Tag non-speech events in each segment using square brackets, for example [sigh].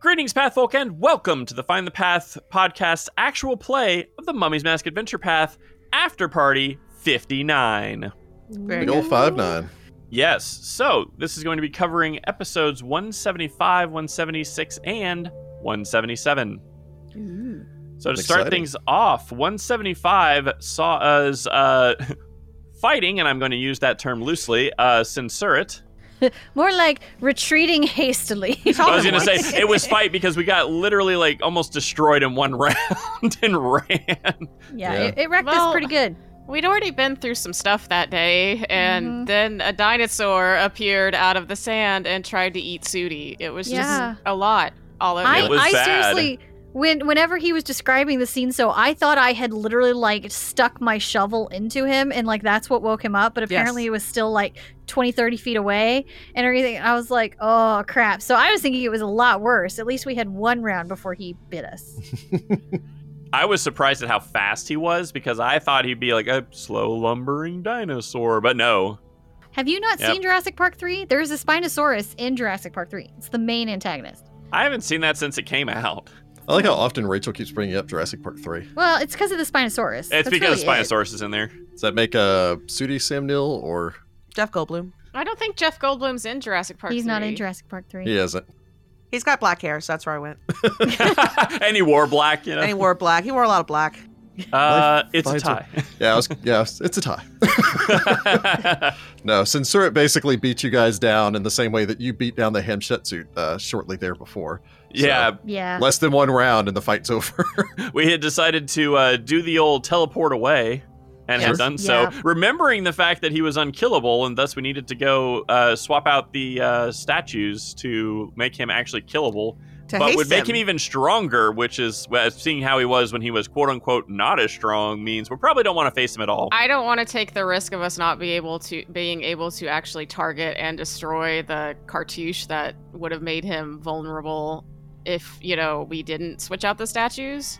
Greetings, Pathfolk, and welcome to the Find the Path podcast's actual play of the Mummy's Mask Adventure Path After Party 59. Very Big old five nine. Yes, so this is going to be covering episodes 175, 176, and 177. Mm-hmm. So to start Exciting. things off, 175 saw us uh, [laughs] fighting, and I'm going to use that term loosely, uh, Censurit. More like retreating hastily. [laughs] I was going to say it was fight because we got literally like almost destroyed in one [laughs] round and ran. [laughs] Yeah, Yeah. It, it wrecked Well- us pretty good. We'd already been through some stuff that day, and Mhm. then a dinosaur appeared out of the sand and tried to eat Sudi. It was Yeah. just a lot all over. I, It was I bad. seriously, when whenever he was describing the scene, so I thought I had literally like stuck my shovel into him, and like that's what woke him up. But apparently, Yes. he was still like 20, 30 feet away and everything. I was like, oh crap. So I was thinking it was a lot worse. At least we had one round before he bit us. I was surprised at how fast he was because I thought he'd be like a slow lumbering dinosaur, but no. Have you not Yep. seen Jurassic Park three? There's a Spinosaurus in Jurassic Park three. It's the main antagonist. I haven't seen that since it came out. I like how often Rachel keeps bringing up Jurassic Park three. Well, it's because of the Spinosaurus. It's That's because really it. Spinosaurus is in there. [laughs] Does that make uh Sudi Sam Neill or Jeff Goldblum. I don't think Jeff Goldblum's in Jurassic Park. He's not in 3. Jurassic Park three. he hasn't? He's got black hair, so that's where I went. and he wore black, you know. And he wore black. He wore a lot of black. uh, it's a finds tie. Yeah, I was, [laughs] yeah, it's a tie. [laughs] No, Censurit basically beat you guys down in the same way that you beat down the Hamshetsu uh, shortly there before. yeah, Yeah. Less than one round and the fight's [laughs] over. we had decided to uh, do the old teleport away and had Sure. done so, Yeah. remembering the fact that he was unkillable and thus we needed to go uh, swap out the uh, statues to make him actually killable, To but haste would make him him even stronger, which is well, seeing how he was when he was quote unquote not as strong means we probably don't want to face him at all. I don't want to take the risk of us not be able to being able to actually target and destroy the cartouche that would have made him vulnerable if you know we didn't switch out the statues.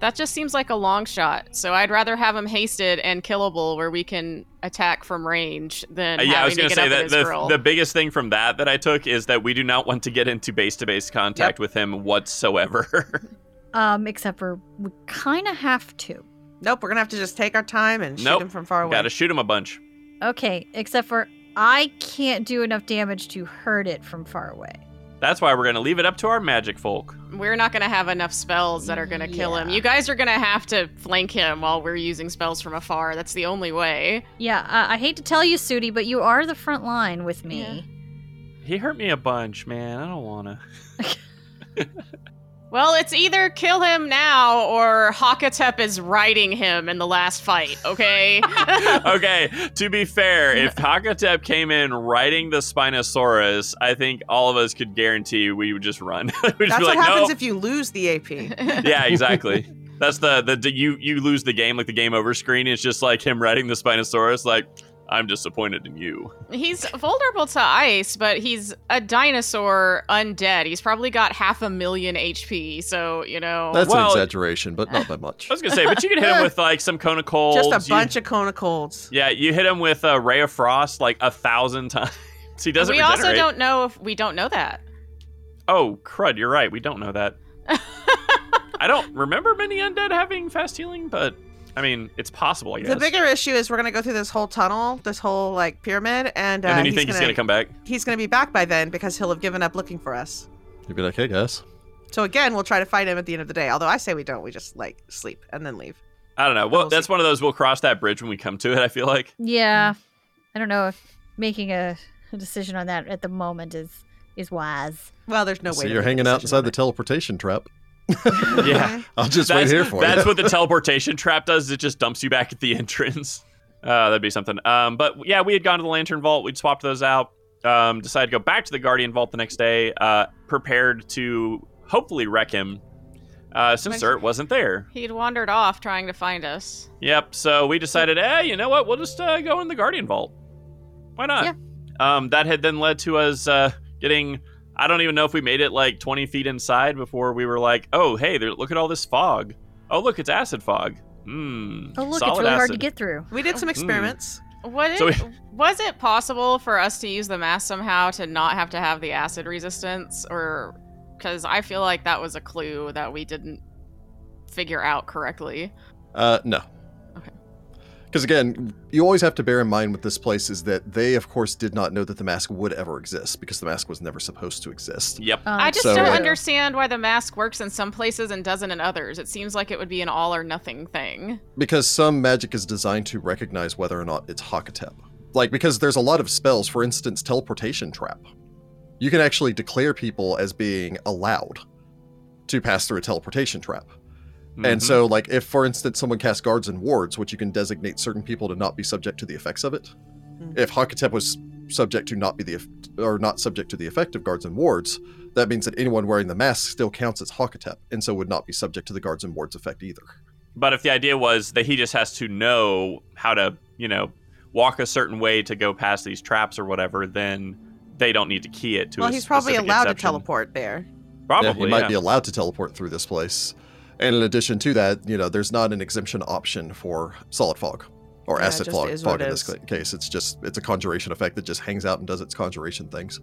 That just seems like a long shot. So I'd rather have him hasted and killable where we can attack from range than Uh, yeah, having I was to going to get say up that in his the, grill. the biggest thing from that that I took is that we do not want to get into base to base contact with him whatsoever. [laughs] Um, except for we kind of have to. Nope, we're gonna have to just take our time and shoot Nope. him from far away. Got to shoot him a bunch. Okay, except for I can't do enough damage to hurt it from far away. That's why we're going to leave it up to our magic folk. We're not going to have enough spells that are going to kill him. Yeah. You guys are going to have to flank him while we're using spells from afar. That's the only way. Yeah, uh, I hate to tell you, Sudi, but you are the front line with me. He hurt me a bunch, man. I don't want [laughs] to. Well, it's either kill him now or Hakatep is riding him in the last fight, okay? okay, to be [laughs] fair, if Hakatep came in riding the Spinosaurus, I think all of us could guarantee we would just run. [laughs] We'd just That's be what like, happens no. if you lose the [laughs] AP. yeah, exactly. That's the, the the you you lose the game like the game over screen. It's just like him riding the Spinosaurus. Like I'm disappointed in you. he's vulnerable to ice, but he's a dinosaur undead. He's probably got half a million HP, so, you know. That's Oh, Well- an exaggeration, but [laughs] not by much. I was gonna say, but you could hit him with like some cone of cold. Just a bunch of cone of colds. yeah, you hit him with a ray of frost like a thousand [laughs] times. He doesn't. we regenerate. also don't know if we don't know that. Oh, crud, you're right. We don't know [laughs] that. I don't remember many undead having fast healing, but I mean, it's possible, I guess. The bigger issue is we're gonna go through this whole tunnel, this whole like pyramid, and, uh, and then you he's think he's gonna, going to come back? he's gonna be back by then because he'll have given up looking for us. You'd be like, hey guys. So again, we'll try to fight him at the end of the day. Although I say we don't, we just like sleep and then leave. I don't know. Well, We'll that's one of those we'll cross that bridge when we come to it, I feel [laughs] like. Yeah, I don't know if making a, a decision on that at the moment is is wise. Well, there's no so way. to you're make a hanging out decision on inside the teleportation trap. it. Yeah. [laughs] I'll just wait that's here for that's you. what the teleportation trap does. is It just dumps you back at the [laughs] entrance. Uh, that'd be something. Um, but yeah, we had gone to the Lantern Vault. We'd swapped those out. Um, decided to go back to the Guardian Vault the next day, uh, prepared to hopefully wreck him uh, since Nice. Zert wasn't there. He'd wandered off trying to find us. Yep. So we decided, eh, you know what? We'll just uh, go in the Guardian Vault. Why not? Yeah. Um, that had then led to us uh, getting. I don't even know if we made it like 20 feet inside before we were like, oh, hey, there, look at all this fog. Oh, look, it's acid fog. Hmm. Oh look, solid it's really hard to acid. get through. We Hmm. did some experiments. What So it- [laughs] was it possible for us to use the mask somehow to not have to have the acid resistance, or because I feel like that was a clue that we didn't figure out correctly. Uh, no. Okay. Because again, you always have to bear in mind with this place is that they, of course, did not know that the mask would ever exist because the mask was never supposed to exist. Yep. Um, I just So- don't Yeah. understand why the mask works in some places and doesn't in others. It seems like it would be an all or nothing thing. Because some magic is designed to recognize whether or not it's Hakatep. Like, because there's a lot of spells, for instance, teleportation trap. You can actually declare people as being allowed to pass through a teleportation trap. And Mhm. so, like, if for instance someone casts guards and wards, which you can designate certain people to not be subject to the effects of it, Mhm. if Hakatep was subject to not be the eff- or not subject to the effect of guards and wards, that means that anyone wearing the mask still counts as Hakatep, and so would not be subject to the guards and wards effect either. But if the idea was that he just has to know how to, you know, walk a certain way to go past these traps or whatever, then they don't need to key it to. well, a he's probably specific allowed to exception. teleport there. Yeah, Probably, he might yeah. be allowed to teleport through this place. And in addition to that, you know, there's not an exemption option for solid fog or Yeah, it acid just fog, is fog what it in this is. ca- case. It's just it's a conjuration effect that just hangs out and does its conjuration things.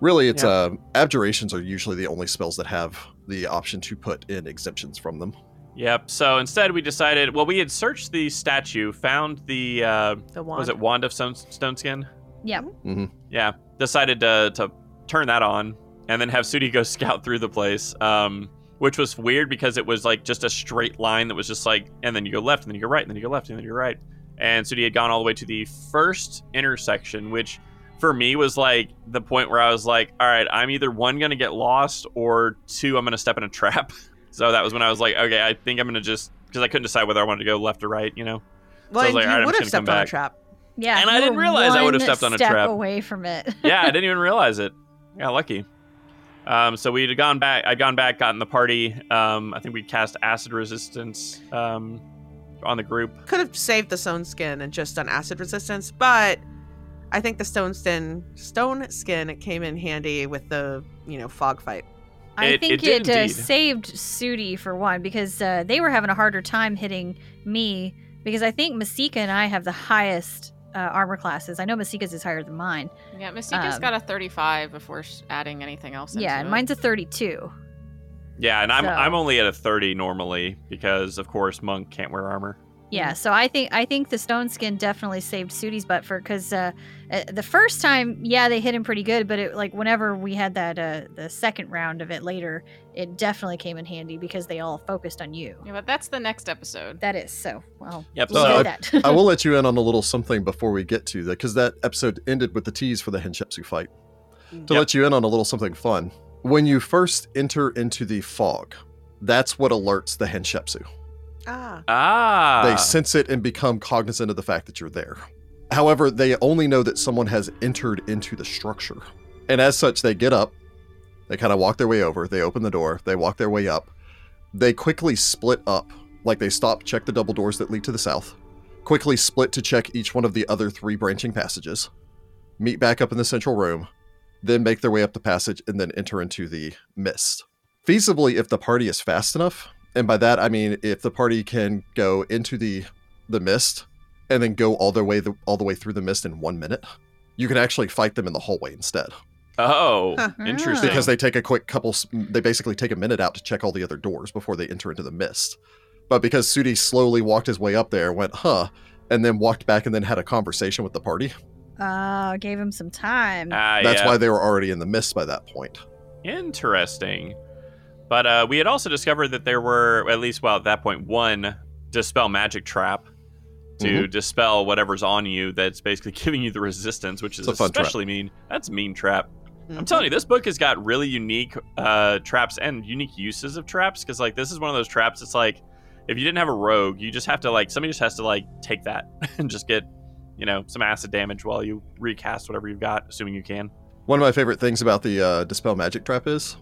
Really, it's Yeah. um abjurations are usually the only spells that have the option to put in exemptions from them. Yep. So instead, we decided. Well, we had searched the statue, found the uh, The wand. was it wand of stone, stone skin? Yep. Mhm. Yeah. Decided to to turn that on, and then have Sudi go [laughs] scout through the place. Um, which was weird because it was like just a straight line that was just like, and then you go left, and then you go right, and then you go left, and then you go right. And Sudi had gone all the way to the first intersection, which for me was like the point where I was like, all right, I'm either one gonna get lost or two, I'm gonna step in a [laughs] trap. so that was when I was like, okay, I think I'm gonna just because I couldn't decide whether I wanted to go left or right, you know. Well, I was and like, "Alright, I'm you would just gonna have stepped come on a back." trap. Yeah. And I you didn't were realize I one would've stepped on a step trap. away from it. [laughs] yeah, I didn't even realize it. I got lucky. Um, so we'd gone back. I'd gone back, gotten the party. Um, I think we cast acid resistance um, on the group. Could have saved the stone skin and just done acid resistance, but I think the stone skin stone skin came in handy with the you know fog fight. I It- think it it, did uh, indeed. saved Sudi for one because uh, they were having a harder time hitting me because I think Masika and I have the highest uh, armor classes. I know Masika's is higher than mine. Yeah, Masika's Um, got a 35 before sh- adding anything else. yeah, into and it. mine's a 32. Yeah, and I'm So- I'm only at a thirty normally because of course monk can't wear armor. Hmm. Yeah, so I think I think the stone skin definitely saved Sudi's butt for because uh, uh, the first time, yeah, they hit him pretty good, but it like whenever we had that uh, the second round of it later, it definitely came in handy because they all focused on you. Yeah, but that's the next episode. That is so well. Yep. We'll So do I- that. Uh, [laughs] I [laughs] will let you in on a little something before we get to that, because that episode ended with the tease for the Henshepsu fight. To Mm. Yep. let you in on a little something fun, when you first enter into the fog, that's what alerts the Henshepsu. Ah, ah, they sense it and become cognizant of the fact that you're there. However, they only know that someone has entered into the structure. And as such, they get up, they kind of walk their way over, they open the door, they walk their way up. They quickly split up, like they stop, check the double doors that lead to the south, quickly split to check each one of the other three branching passages, meet back up in the central room, then make their way up the passage, and then enter into the mist. Feasibly, if the party is fast enough, and by that I mean if the party can go into the the mist and then go all their way the, all the way through the mist in one minute, you can actually fight them in the hallway instead oh, Huh. interesting. because they take a quick couple. s- They basically take a minute out to check all the other doors before they enter into the mist. But because Sudi slowly walked his way up there, went huh, and then walked back and then had a conversation with the party. Oh, gave him some time. ah, That's yeah. why they were already in the mist by that point. Interesting. But uh, we had also discovered that there were, at least, well, at that point, one dispel magic trap to Mm-hmm. dispel whatever's on you that's basically [laughs] giving you the resistance, which is It's a fun trap. especially mean. That's a mean trap. I'm Mhm. telling you, this book has got really unique uh, traps and unique uses of traps because, like, this is one of those traps that's like, if you didn't have a rogue, you just have to, like, somebody just has to, like, take that [laughs] and just get, you know, some acid damage while you recast whatever you've got, assuming you can. One of my favorite things about the uh, dispel magic trap is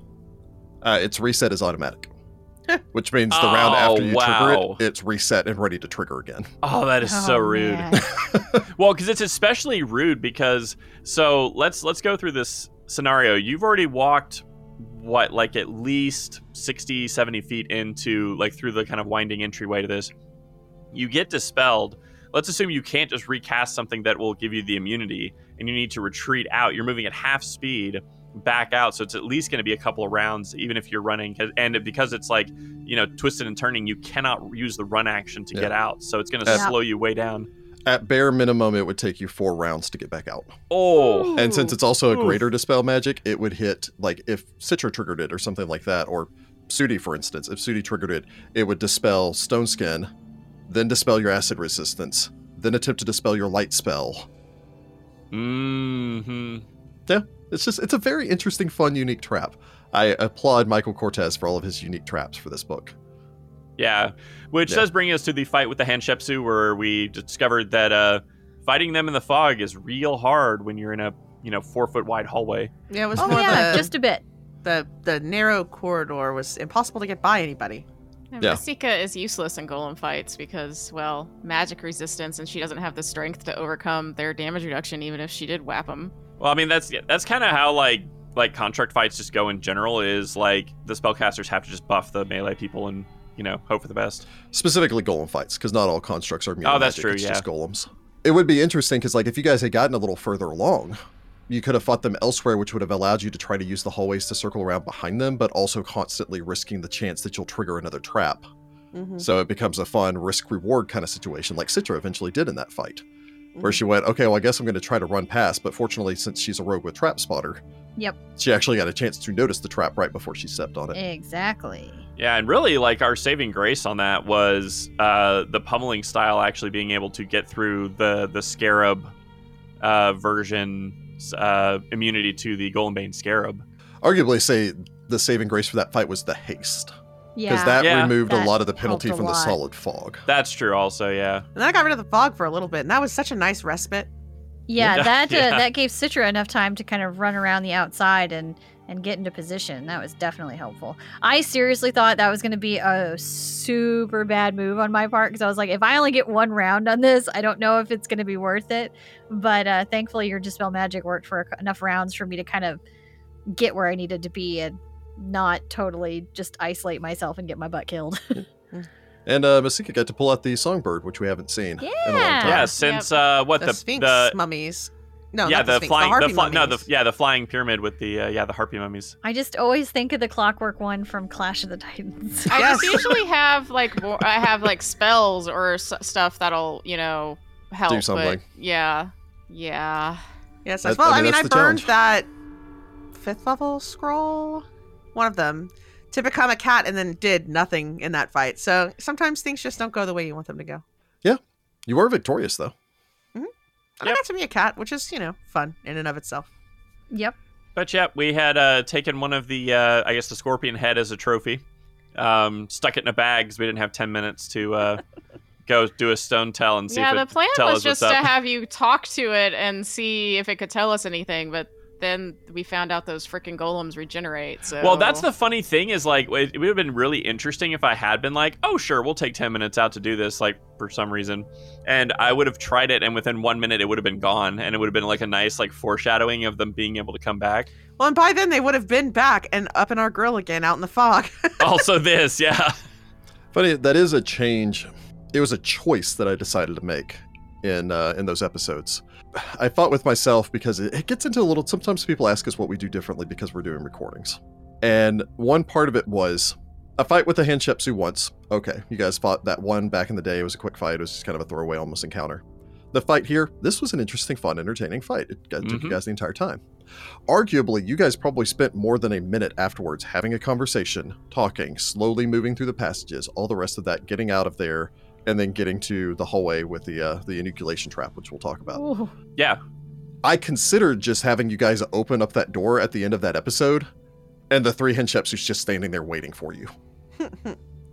uh, its reset is automatic, which means the round Oh, after you wow. trigger it, it's reset and ready to trigger again. Oh, that is so Oh, rude. [laughs] man. Well, because it's especially rude because so let's let's go through this scenario. You've already walked what like at least 60 70 feet into like through the kind of winding entryway to this you get dispelled let's assume you can't just recast something that will give you the immunity and you need to retreat out you're moving at half speed back out. So it's at least going to be a couple of rounds, even if you're running. 'cause- And because it's like, you know, twisted and turning, you cannot use the run action to Yeah. get out. So it's going to Yeah. slow you way down. At bare minimum, it would take you four rounds to get back out. Oh, And since Ooh. it's also a Oof. greater dispel magic, it would hit like if Citra triggered it or something like that, or Sudi, for instance. If Sudi triggered it, it would dispel Stone Skin, then dispel your acid resistance, then attempt to dispel your light spell. mm-hmm. It's just it's a very interesting, fun, unique trap. I applaud Michael Cortez for all of his unique traps for this book. Yeah, which Yeah. does bring us to the fight with the Hanshepsu, where we discovered that uh, fighting them in the fog is real hard when you're in a you know four foot wide hallway. Yeah, it was Oh more yeah, the, just a bit. the the narrow corridor was impossible to get by anybody. And Yeah. Vasika is useless in golem fights because, well, magic resistance, and she doesn't have the strength to overcome their damage reduction, even if she did whap them. Well, I mean that's that's kind of how like like contract fights just go in general. Is like the spellcasters have to just buff the melee people and you know hope for the best. specifically golem fights because not all constructs are immune to Oh, that's magic, true, it's yeah. just golems it would be interesting because like if you guys had gotten a little further along you could have fought them elsewhere which would have allowed you to try to use the hallways to circle around behind them but also constantly risking the chance that you'll trigger another trap Mm-hmm. so it becomes a fun risk reward kind of situation like citra eventually did in that fight Mm-hmm. where she went okay well i guess i'm going to try to run past but fortunately since she's a rogue with trap spotter Yep. Eh. she actually got a chance to notice the trap right before she stepped on it Exactly. Yeah, and really, like our saving grace on that was uh, the pummeling style actually being able to get through the the scarab uh, version uh, immunity to the golembane scarab. arguably say the saving grace for that fight was the haste Yeah. because that Yeah. removed a That lot of the penalty helped a from the lot. solid fog. That's true, also, yeah. and then I got rid of the fog for a little bit, and that was such a nice respite. yeah, Yeah. that [laughs] uh, Yeah. that gave Citra enough time to kind of run around the outside and and get into position. That was definitely helpful. I seriously thought that was going to be a super bad move on my part because I was like, if I only get one round on this, I don't know if it's going to be worth it. But uh, thankfully, your dispel magic worked for enough rounds for me to kind of get where I needed to be and not totally just isolate myself and get my butt killed. And uh, Masika got to pull out the songbird, which we haven't seen in a long Yeah. time. Yeah, since uh, what The, the Sphinx the mummies. No, yeah not the, the, Sphinx, flying the, harpy fly, no the mummies. yeah the flying pyramid with the uh, yeah the harpy mummies. I just always think of the clockwork one from Clash of the Titans. I just Yes. usually have like more, I have like spells or s- stuff that'll you know help. but something. yeah, yeah. Yes, as That- I well. I mean, mean, I, that's the burned challenge. that fifth level scroll, one of them, to become a cat, and then did nothing in that fight. So sometimes things just don't go the way you want them to go. You were victorious, though. And I Yep. got to be a cat, which is you know fun in and of itself. [laughs] yep. But yeah, we had uh, taken one of the uh, I guess the scorpion head as a trophy, um, stuck it in a bag because we didn't have ten minutes to uh, [laughs] go do a stone tell and see yeah, if the it plan tell was us what's just to up. have you talk to it and see if it could tell us anything, but then we found out those freaking golems regenerate. So Well, that's the funny thing is like it, it would have been really interesting if I had been like, oh sure, we'll take ten minutes out to do this, like for some reason, and I would have tried it, and within one minute it would have been gone, and it would have been like a nice like foreshadowing of them being able to come [laughs] back. Well, and by then they would have been back and up in our grill again, out in the fog. [laughs] also, this, yeah, Funny, that is a change. It was a choice that I decided to make in uh, in those episodes. I fought with myself because it, it gets into a little. Sometimes people ask us what we do differently because we're doing recordings, and one part of it was a fight with the Hanshepsu once. Okay, you guys fought that one back in the day. It was a quick fight. It was just kind of a throwaway, almost encounter. The fight here, this was an interesting, fun, entertaining fight. It got- took you Mhm. guys the entire time. Arguably, you guys probably spent more than a minute afterwards having a conversation, talking, slowly moving through the passages, all the rest of that, getting out of there, and then getting to the hallway with the uh, the inoculation trap, which we'll talk about. Ooh. yeah. I considered just having you guys open up that door at the end of that episode, and the three Hensheps who's just standing there waiting for you.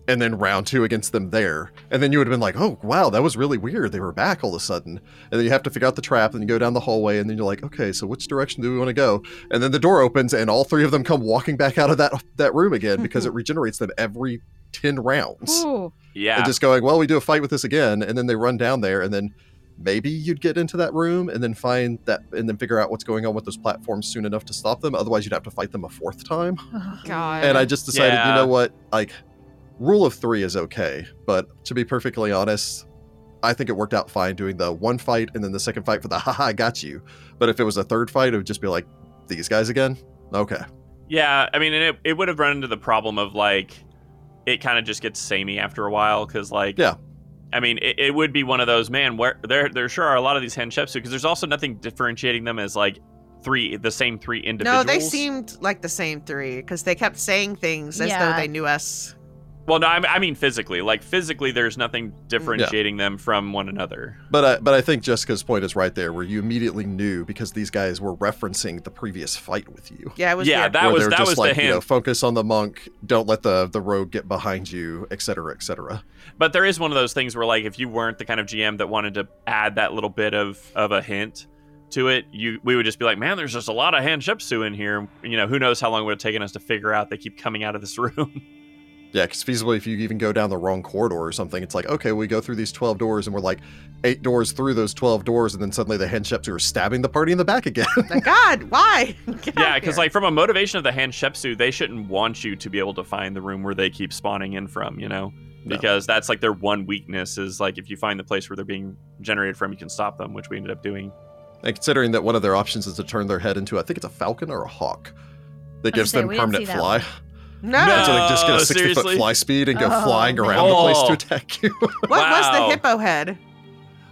and then round two against them there. And then you would have been like, oh, wow, that was really weird. They were back all of a sudden. And then you have to figure out the trap, and you go down the hallway, and then you're like, okay, so which direction do we want to go? And then the door opens, and all three of them come walking back out of that, that room again because it regenerates them every 10 rounds. Ooh. [sighs] Yeah, And just going, well, we do a fight with this again, and then they run down there, and then maybe you'd get into that room and then find that, and then figure out what's going on with those platforms soon enough to stop them. Otherwise, you'd have to fight them a fourth time. [laughs] God. And I just decided, you Uh, Yeah. know what, like, rule of three is okay, but to be perfectly honest, I think it worked out fine doing the one [laughs] fight and then the second fight for the haha, I got you. But if it was a third fight, it would just be like these guys again. Okay. Yeah, I mean, and it, it would have run into the problem of like, it kind of just gets samey after a while because like, Yeah. I mean, it, it would be one of those man where there there sure are a lot of these henshepsu because there's also nothing differentiating them as like three the same three No, individuals. they seemed like the same three because they kept saying things as Yeah. though they knew us. Well, no, I, I mean physically. Like physically, there's nothing differentiating them from one another. But I, but I think Jessica's point is right there, where you immediately knew because these guys were referencing the previous fight with you. Yeah, it was Yeah, weird. that where was they're that just was like, the hint. You know, focus on the monk. Don't let the the rogue get behind you, et cetera, et cetera. But there is one of those things where, like, if you weren't the kind of GM that wanted to add that little bit of of a hint to it, you we would just be like, man, there's just a lot of Hanshepsu in here. You know, who knows how long it would have taken us to figure out they keep coming out of this [laughs] room. Yeah, because feasibly, if you even go down the wrong corridor or something, it's like, okay, we go through these 12 doors and we're like eight doors through those 12 doors, and then suddenly the henshepsu are stabbing the party in the back again. [laughs] Like, God, why? [laughs] Get yeah, out because here. like from a motivation of the Hanshepsu, they shouldn't want you to be able to find the room where they keep spawning in from. You know, No. because that's like their one weakness is like if you find the place where they're being generated from, you can stop them, which we ended up doing. and considering that one of their options is to turn their head into, I think it's a falcon or a hawk that I was gonna gives say, them we didn't permanent see that fly. no. No. So they just get Oh, a 60 seriously? foot fly speed and go Oh, flying man. around the place Oh. to attack you. What was Wow. the hippo head?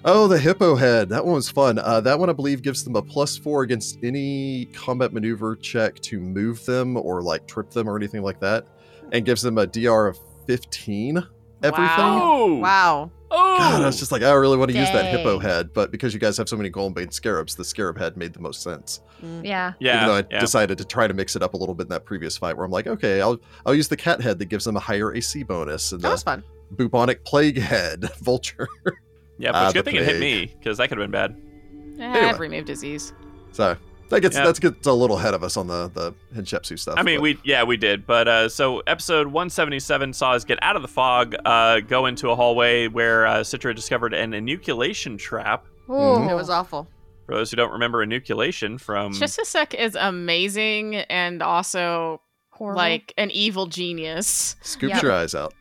Oh, the hippo head. That one was fun. Uh, that one, I believe, gives them a plus four against any combat maneuver check to move them or like trip them or anything like that, and gives them a DR of 15. Everything. Wow. Oh, Wow. oh, God, I was just like, I really want to use that hippo Dang. head, but because you guys have so many golden scarabs, the scarab head made the most sense. Mm. Yeah. yeah, Even though I yeah. decided to try to mix it up a little bit in that previous fight, where I'm like, okay, I'll I'll use the cat head that gives them a higher AC bonus, and That was the fun. bubonic plague [laughs] head vulture. [laughs] Yeah, but Ah, it's a good the thing it hit me plague. because that could have been bad. I have remove disease. So that gets Yeah. that gets a little ahead of us on the the Henshepsu stuff. I mean, but- we yeah we did, but uh, so episode 177 saw us get out of the fog, uh, go into a hallway where uh, Citra discovered an inoculation trap. Mhm. It was uh, awful. For those who don't remember, inoculation from Chisisek is amazing and also horrible. like an evil genius. scooped Yeah. your eyes out.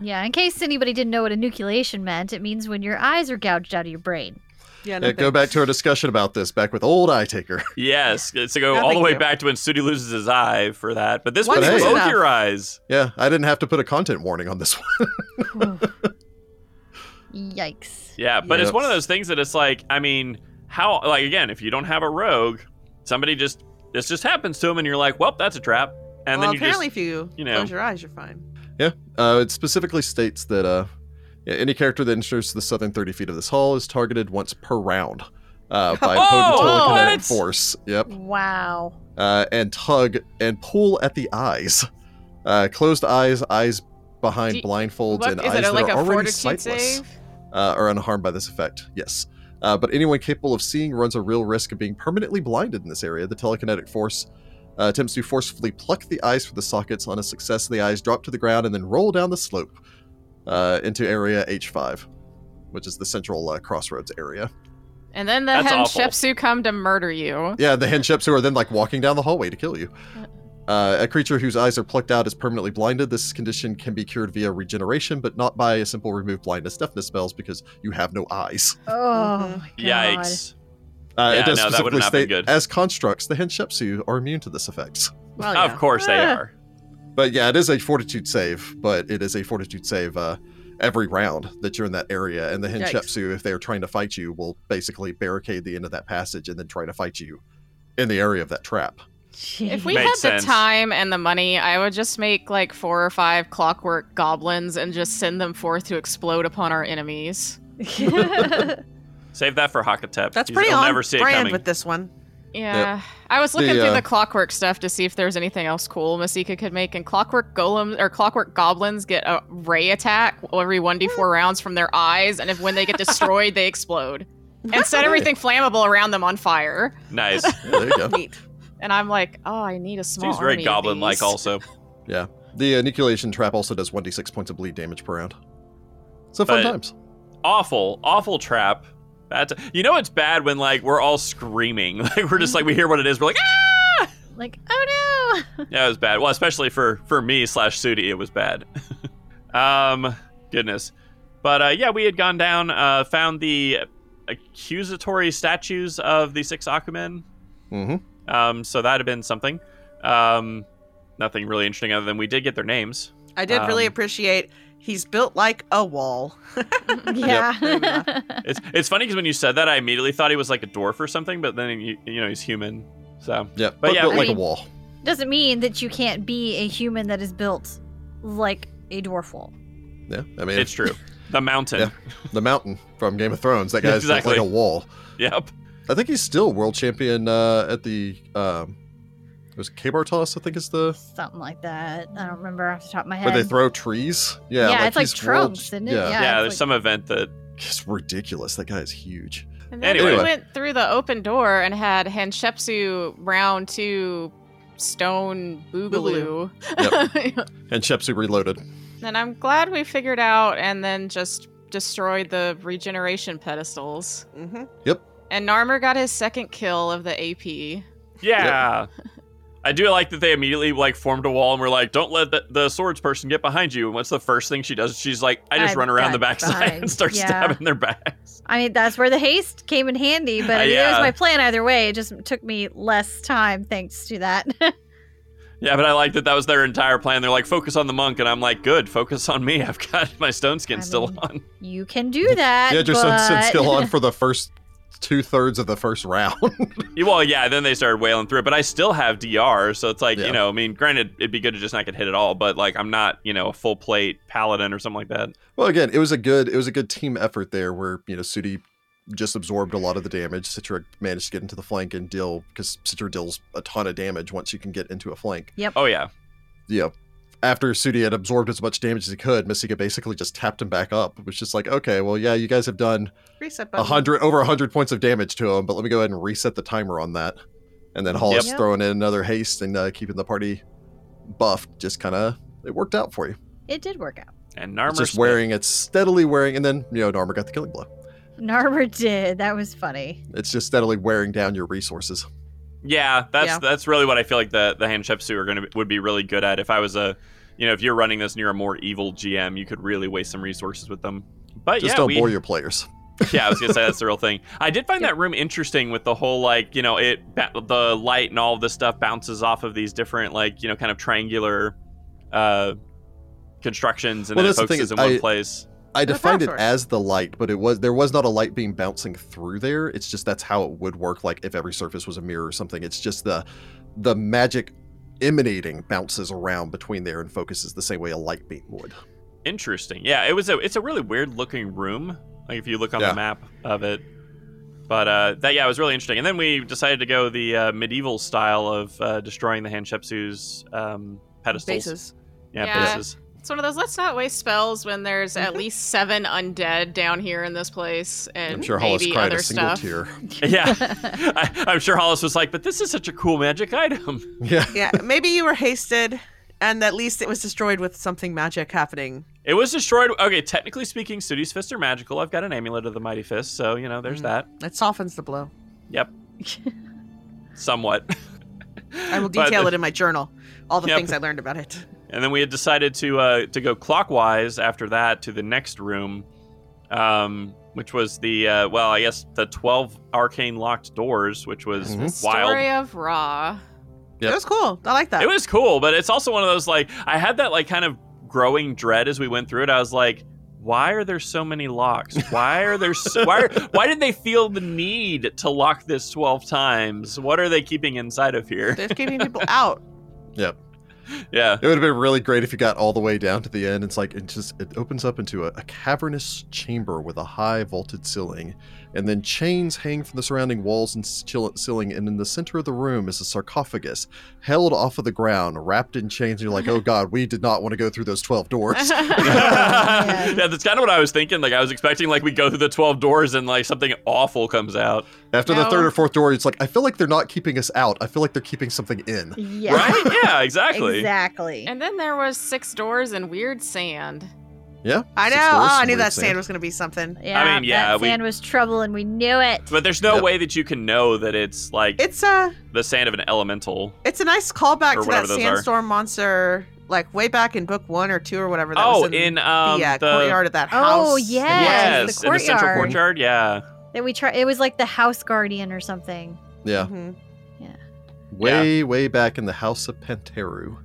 yeah. In case anybody didn't know what enucleation meant, it means when your eyes are gouged out of your brain. Yeah, no Yeah, go thanks. back to our discussion about this back with old Eye Taker. [laughs] yes, it's to go No, all the thank way you. back to when Sudi loses his eye for that. But this Once one was both enough. your eyes. Yeah, I didn't have to put a content warning on this one. [laughs] Oof. Yikes. Yeah, but it's Yep. one of those things that it's like, I mean, how like again, if you don't have a rogue, somebody just this just happens to him, and you're like, well, that's a trap, and well, then you apparently, just if you, you know- close your eyes, you're fine. Uh, it specifically states that uh, yeah, any character that enters the southern 30 feet of this hall is targeted once per round [laughs] uh, by Oh, potent telekinetic what? force. Yep. Wow. Uh, and tug and pull at the eyes. Uh, closed eyes, eyes behind Do- blindfolds, What- and is eyes it a- that like are a already fortitude sightless. save? uh, are unharmed by this effect. Yes. Uh, but anyone capable of seeing runs a real risk of being permanently blinded in this area. The telekinetic force uh, attempts to forcefully pluck the eyes from the sockets. On a success, the eyes drop to the ground and then roll down the slope uh, into area H5, which is the central uh, crossroads area. And then the That's awful. Henshepsu come to murder you. Yeah, the henships who are then like walking down the hallway to kill you. Uh, a creature whose eyes are plucked out is permanently blinded. This condition can be cured via regeneration, but not by a simple remove blindness deafness spells because you have no eyes. Oh. my God. yikes. Uh, Yeah, it does no, that would specifically not been state good. as constructs, the Henshepsu are immune to this effect. Well, Of course they Ah. are. But yeah, it is a fortitude save, but it is a fortitude save uh, every round that you're in that area. And the Yikes. Henshepsu, if they're trying to fight you, will basically barricade the end of that passage and then try to fight you in the area of that trap. If we Makes had sense. the time and the money, I would just make like four or five clockwork goblins and just send them forth to explode upon our enemies. Jeez. Save that for Hakatep. That's He's- pretty he'll on never see it brand coming. with this one. Yeah. I was looking The, through uh, the clockwork stuff to see if there was anything else cool Masika could make, and clockwork golems or clockwork goblins get a ray attack every 1d4 rounds from their eyes, and if when they [laughs] get destroyed, they explode. And set everything flammable around them on fire. [laughs] nice. Yeah, there [laughs] you go. Neat. And I'm like, oh, I need a small. Seems very army of goblin like these." also. the inoculation trap also does 1d6 points of bleed damage per round. So fun But- times. Awful, awful trap. That's you know it's bad when like we're all screaming. [laughs] Like we're Mm-hmm. just like we hear what it is, we're like, ah! [laughs] like, oh no. Yeah, it was bad. Well, especially for for me slash Sudi, it was bad. [laughs] um goodness. But uh yeah, we had gone down, uh found the accusatory statues of the six Akumen. hmm Um, so that'd have been something. Um, nothing really interesting other than we did get their names. I did really Um, appreciate he's built like a wall. Yeah. It's it's funny because when you said that, I immediately thought he was like a dwarf or something, but then you, you know he's human. So Yeah, But but yeah, built I like mean- a wall. [laughs] Doesn't mean that you can't be a human that is built like a dwarf wall. Yeah, I mean it's true. The mountain. Yeah. the mountain from Game of [laughs] Thrones. That guy's built Exactly. like a wall. Yep. I think he's still world champion uh, at the um, it was Kabar toss. I think is the Something like that. I don't remember off the top of my where head. they throw trees. Yeah, Yeah, it's like he's world- trunks, isn't it? Yeah. Yeah, it's there's like- some event that It's ridiculous. That guy is [laughs] huge. And then Anyway. we went through the open door and had Hanshepsu round two stone boogaloo. [laughs] And Shepsu reloaded. and I'm glad we figured out and then just destroyed the regeneration pedestals. hmm And Narmer got his second kill of the AP. Yeah. I do like that they immediately like formed a wall and were like, "Don't let the, the swords person get behind you." And what's the first thing she does? She's like, "I just I've run around got the backside and behind. start Yeah. stabbing their backs." I mean, that's where the haste came in handy, but Uh, it is yeah. my plan either way. It just took me less time thanks to that. [laughs] Yeah, but I like that that was their entire plan. They're like, "Focus on the monk," and I'm like, "Good, focus on me. I've got my stone skin I still mean- on." [laughs] you can do that. yeah, just but... stood still on for the first two thirds of the first round. [laughs] Yeah, Well, yeah. Then they started wailing through it, but I still have DR, so it's like Yeah. you know, I mean, granted, it'd be good to just not get hit at all, but like I'm not you know a full plate paladin or something like that. well, again, it was a good it was a good team effort there where you know Sudi just absorbed a lot of the damage. Citra managed to get into the flank and deal because Citra deals a ton of damage once you can get into a flank. Oh yeah, you know, after Sudi had absorbed as much damage as he could, Masika basically just tapped him back up. It was just like, okay, well, yeah, you guys have done Reset a button. hundred over a hundred points of damage to him, but let me go ahead and reset the timer on that. And then Hollis Yep. throwing in another haste and uh, keeping the party buffed just kind of it worked out for you. [laughs] It did work out. and Narmer it's just spit. wearing it's steadily wearing, and then you know, Narmer got the killing blow. Narmer did. That was [laughs] funny. [laughs] It's just steadily wearing down your resources. Yeah, that's Yeah. that's really what I feel like the the hand shepsu are gonna be, would be really good at. If I was a, you know, if you're running this near a more evil GM, you could really waste some resources with them. But Just yeah, don't we, bore your players. [laughs] yeah, I was gonna say that's the real thing. I did find Yeah. that room interesting with the whole like you know it ba- the light and all of this stuff bounces off of these different like you know kind of triangular, uh, constructions and Well, then it that's the thing focuses is in one I- place. I defined it power. as the light, but it was there was not a light beam bouncing through there. It's just that's how it would work. Like if every surface was a mirror or something, it's just the the magic emanating bounces around between there and focuses the same way a light beam would. Interesting. Yeah, it was a it's a really weird looking room. Like if you look on Yeah. the map of it. But uh, that yeah, it was really interesting. And then we decided to go the uh, medieval style of uh, destroying the Hatshepsu's um, pedestals. Bases. Yeah, Yeah. bases. It's one of those let's not waste spells when there's at least seven undead down here in this place and I'm sure Hollis maybe cried other a single stuff. tear. [laughs] Yeah, [laughs] I, I'm sure Hollis was like, "But this is such a cool magic item." [laughs] Yeah. Yeah, maybe you were hasted, and at least it was destroyed with something magic happening. It was destroyed. Okay, technically speaking, Sudi's fists are magical. I've got an amulet of the mighty fist, so you know, there's Mm. that. It softens the blow. Yep, somewhat. I [laughs] will But detail the- it in my journal. All the Yep. things I learned about it. And then we had decided to uh, to go clockwise after that to the next room, um, which was the uh, well, I guess the twelve arcane locked doors, which was Mhm. Mm-hmm. wild. Story of Ra. Yep. It was cool. I like that. It was cool, but it's also one of those like I had that like kind of growing dread as we went through it. I was like, why are there so many locks? Why are there so, why are, why did they feel the need to lock this twelve times? What are they keeping inside of here? They're keeping people out. Yeah. It would have been really great if you got all the way down to the end. It's like it just it opens up into a, a cavernous chamber with a high vaulted ceiling, and then chains hang from the surrounding walls and s- chill- ceiling. And in the center of the room is a sarcophagus held off of the ground, wrapped in chains. And you're like, oh god, we did not want to go through those twelve doors. yeah. that's kind of what I was thinking. Like I was expecting, like we go through the twelve doors and like something awful comes out. After the No. third or fourth door, it's like I feel like they're not keeping us out. I feel like they're keeping something in. yeah. Right? Yeah, exactly. Exactly. and then there was six doors and weird sand. Yeah, I know. Six Oh, doors, I some knew weird that sand was going to be something. yeah, mean, yeah, that we- sand was trouble, and we knew it. But there's no Yep. way that you can know that it's like It's uh, a the sand of an elemental. it's a nice Or callback to whatever that those are. sandstorm monster, like way back in book one or two or whatever. That Oh, was in, in, um the, uh, the- courtyard of that house. Oh, yes, yes, the in the central courtyard. courtyard. Yeah, That we tried. It was like the house guardian or something. Yeah, Mhm. Yeah. Way, way back in the House of Penteru.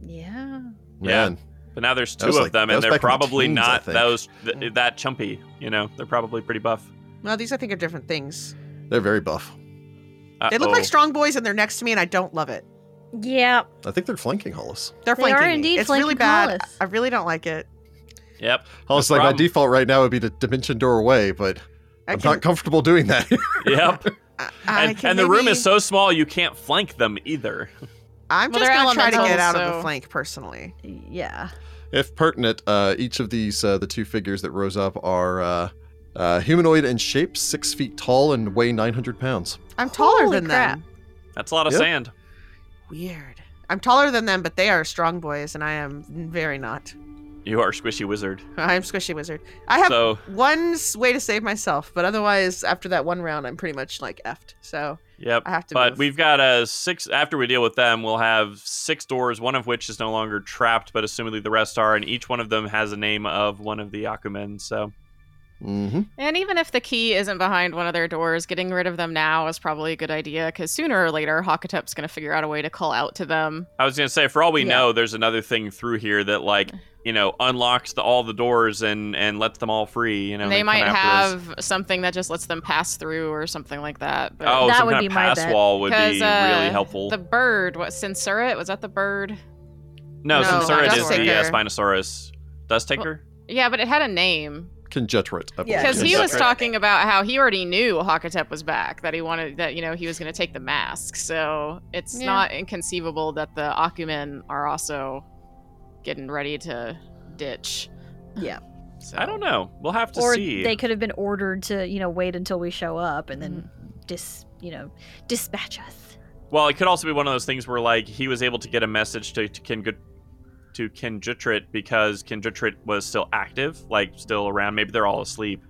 Yeah. Yeah. Man, But now there's That two was of like- them, that and was they're back in the probably teens, I not think. those th- that chumpy. You know, they're probably pretty buff. No, these I think are different things. they're very buff. They look Uh-oh. like strong boys and they're next to me and I don't love it. Yeah. I think they're flanking Hollis. They're They flanking are me. indeed It's really flanking bad. Hollis. I really don't like it. Yep. Hollis, is No like, my problem. default right now would be to dimension door away, but I I'm can, not comfortable doing that. [laughs] Yep. I, [laughs] I and can and the room maybe- is so small you can't flank them either. I'm Well, just they're gonna try to get elementals, out of the so- flank personally. Yeah. if pertinent, uh, each of these, uh, the two figures that rose up are uh, uh, humanoid in shape, six feet tall, and weigh 900 pounds. I'm taller Holy than crap. them. That's a lot of Yep. sand. Weird. I'm taller than them, but they are strong boys, and I am very not. [laughs] You are a squishy wizard. I'm squishy wizard. I have So one s- way to save myself, but otherwise, after that one round, I'm pretty much like effed. So yep. I have to. But move. we've got a six. After we deal with them, we'll have six doors, one of which is no longer trapped, but assumedly the rest are, and each one of them has a name of one of the Akumen. So Mm-hmm. And even if the key isn't behind one of their doors, getting rid of them now is probably a good idea because sooner or later, Hakatep's going to figure out a way to call out to them. I was gonna say, for all we Yeah. know, there's another thing through here that like you know unlocks the, all the doors and and lets them all free. You know, and And they come might after us. have something that just lets them pass through or something like that. But Oh, That some would kind be of my pass bet. wall would be Because, really uh, helpful. the bird, what, Censurit? Was that the bird? no, No, Samsara is the uh, Dusttaker. Spinosaurus. Dust taker? Yeah, but it had a name. Conjecture it. I believe. Yeah, Because he Yes. was Right. talking about how he already knew Hakatep was back, that he wanted that you know he was going to take the mask. So it's Yeah. not inconceivable that the Akumen are also getting ready to ditch. Yeah. [laughs] So. I don't know. We'll have to or see. they could have been ordered to, you know, wait until we show up and then Mm-hmm. dis, you know, dispatch us. Well, it could also be one of those things where like he was able to get a message to, to Ken Good to Kenjutrit because Kenjutrit was still active, like still around. Maybe they're all asleep.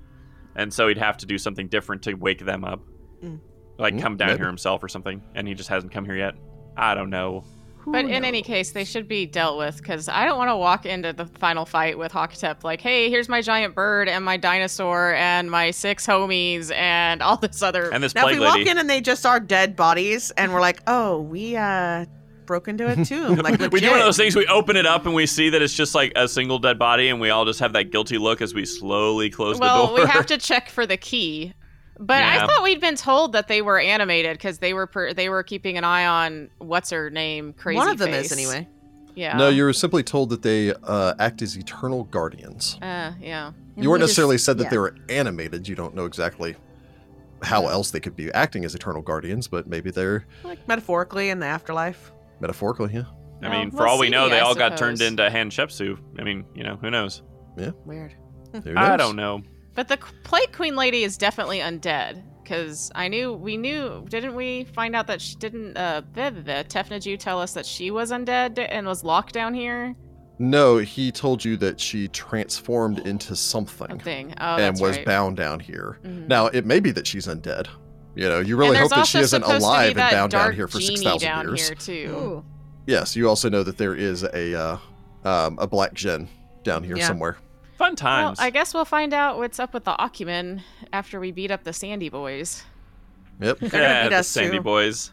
And so he'd have to do something different to wake them up. Mm. Like Mm, come down maybe. here himself or something. And he just hasn't come here yet. I don't know. Who Oh, But in any knows? case, they should be dealt with because I don't want to walk into the final fight with Hakatep like, hey, here's my giant bird and my dinosaur and my six homies and all this other. And this now if plague we walk lady. in and they just are dead bodies, and we're like, oh, we uh broke into a tomb. Like [laughs] we do one of legit. those things. We open it up and we see that it's just like a single dead body, and we all just have that guilty look as we slowly close well, the door. we have to check for the key. But Yeah. I thought we'd been told that they were animated because they were per- they were keeping an eye on what's her name crazy. One of them face. is anyway. Yeah. uh, No, you were simply told that they uh, act as eternal guardians. Uh, yeah. You weren't We just- necessarily said that yeah. they were animated. You don't know exactly how else they could be acting as eternal guardians, but maybe they're Like metaphorically in the afterlife. metaphorically, yeah. [laughs] I Well, mean, for we'll all we see, know, they I all got turned suppose. into Han Shepsu. I mean, you know, who knows? Weird. Who I knows? don't know. But the Q- Plague Queen lady is definitely undead because I knew we knew didn't we find out that she didn't uh the, the, the Tefnaju tell us that she was undead and was locked down here No, he told you that she transformed into something a thing. Oh, and that's was right. bound down here. Mhm. Now, it may be that she's undead. You know, you And really there's hope that she also isn't supposed to be alive and that bound down dark here for genie 6,000 down years. Here too. Ooh. Yes, you also know that there is a uh, um, a black gen down here Yeah. somewhere. Fun times. Well, I guess we'll find out what's up with the Akumen after we beat up the Sandy Boys. [laughs] Yep. They're gonna yeah, beat the us, Sandy too. Boys.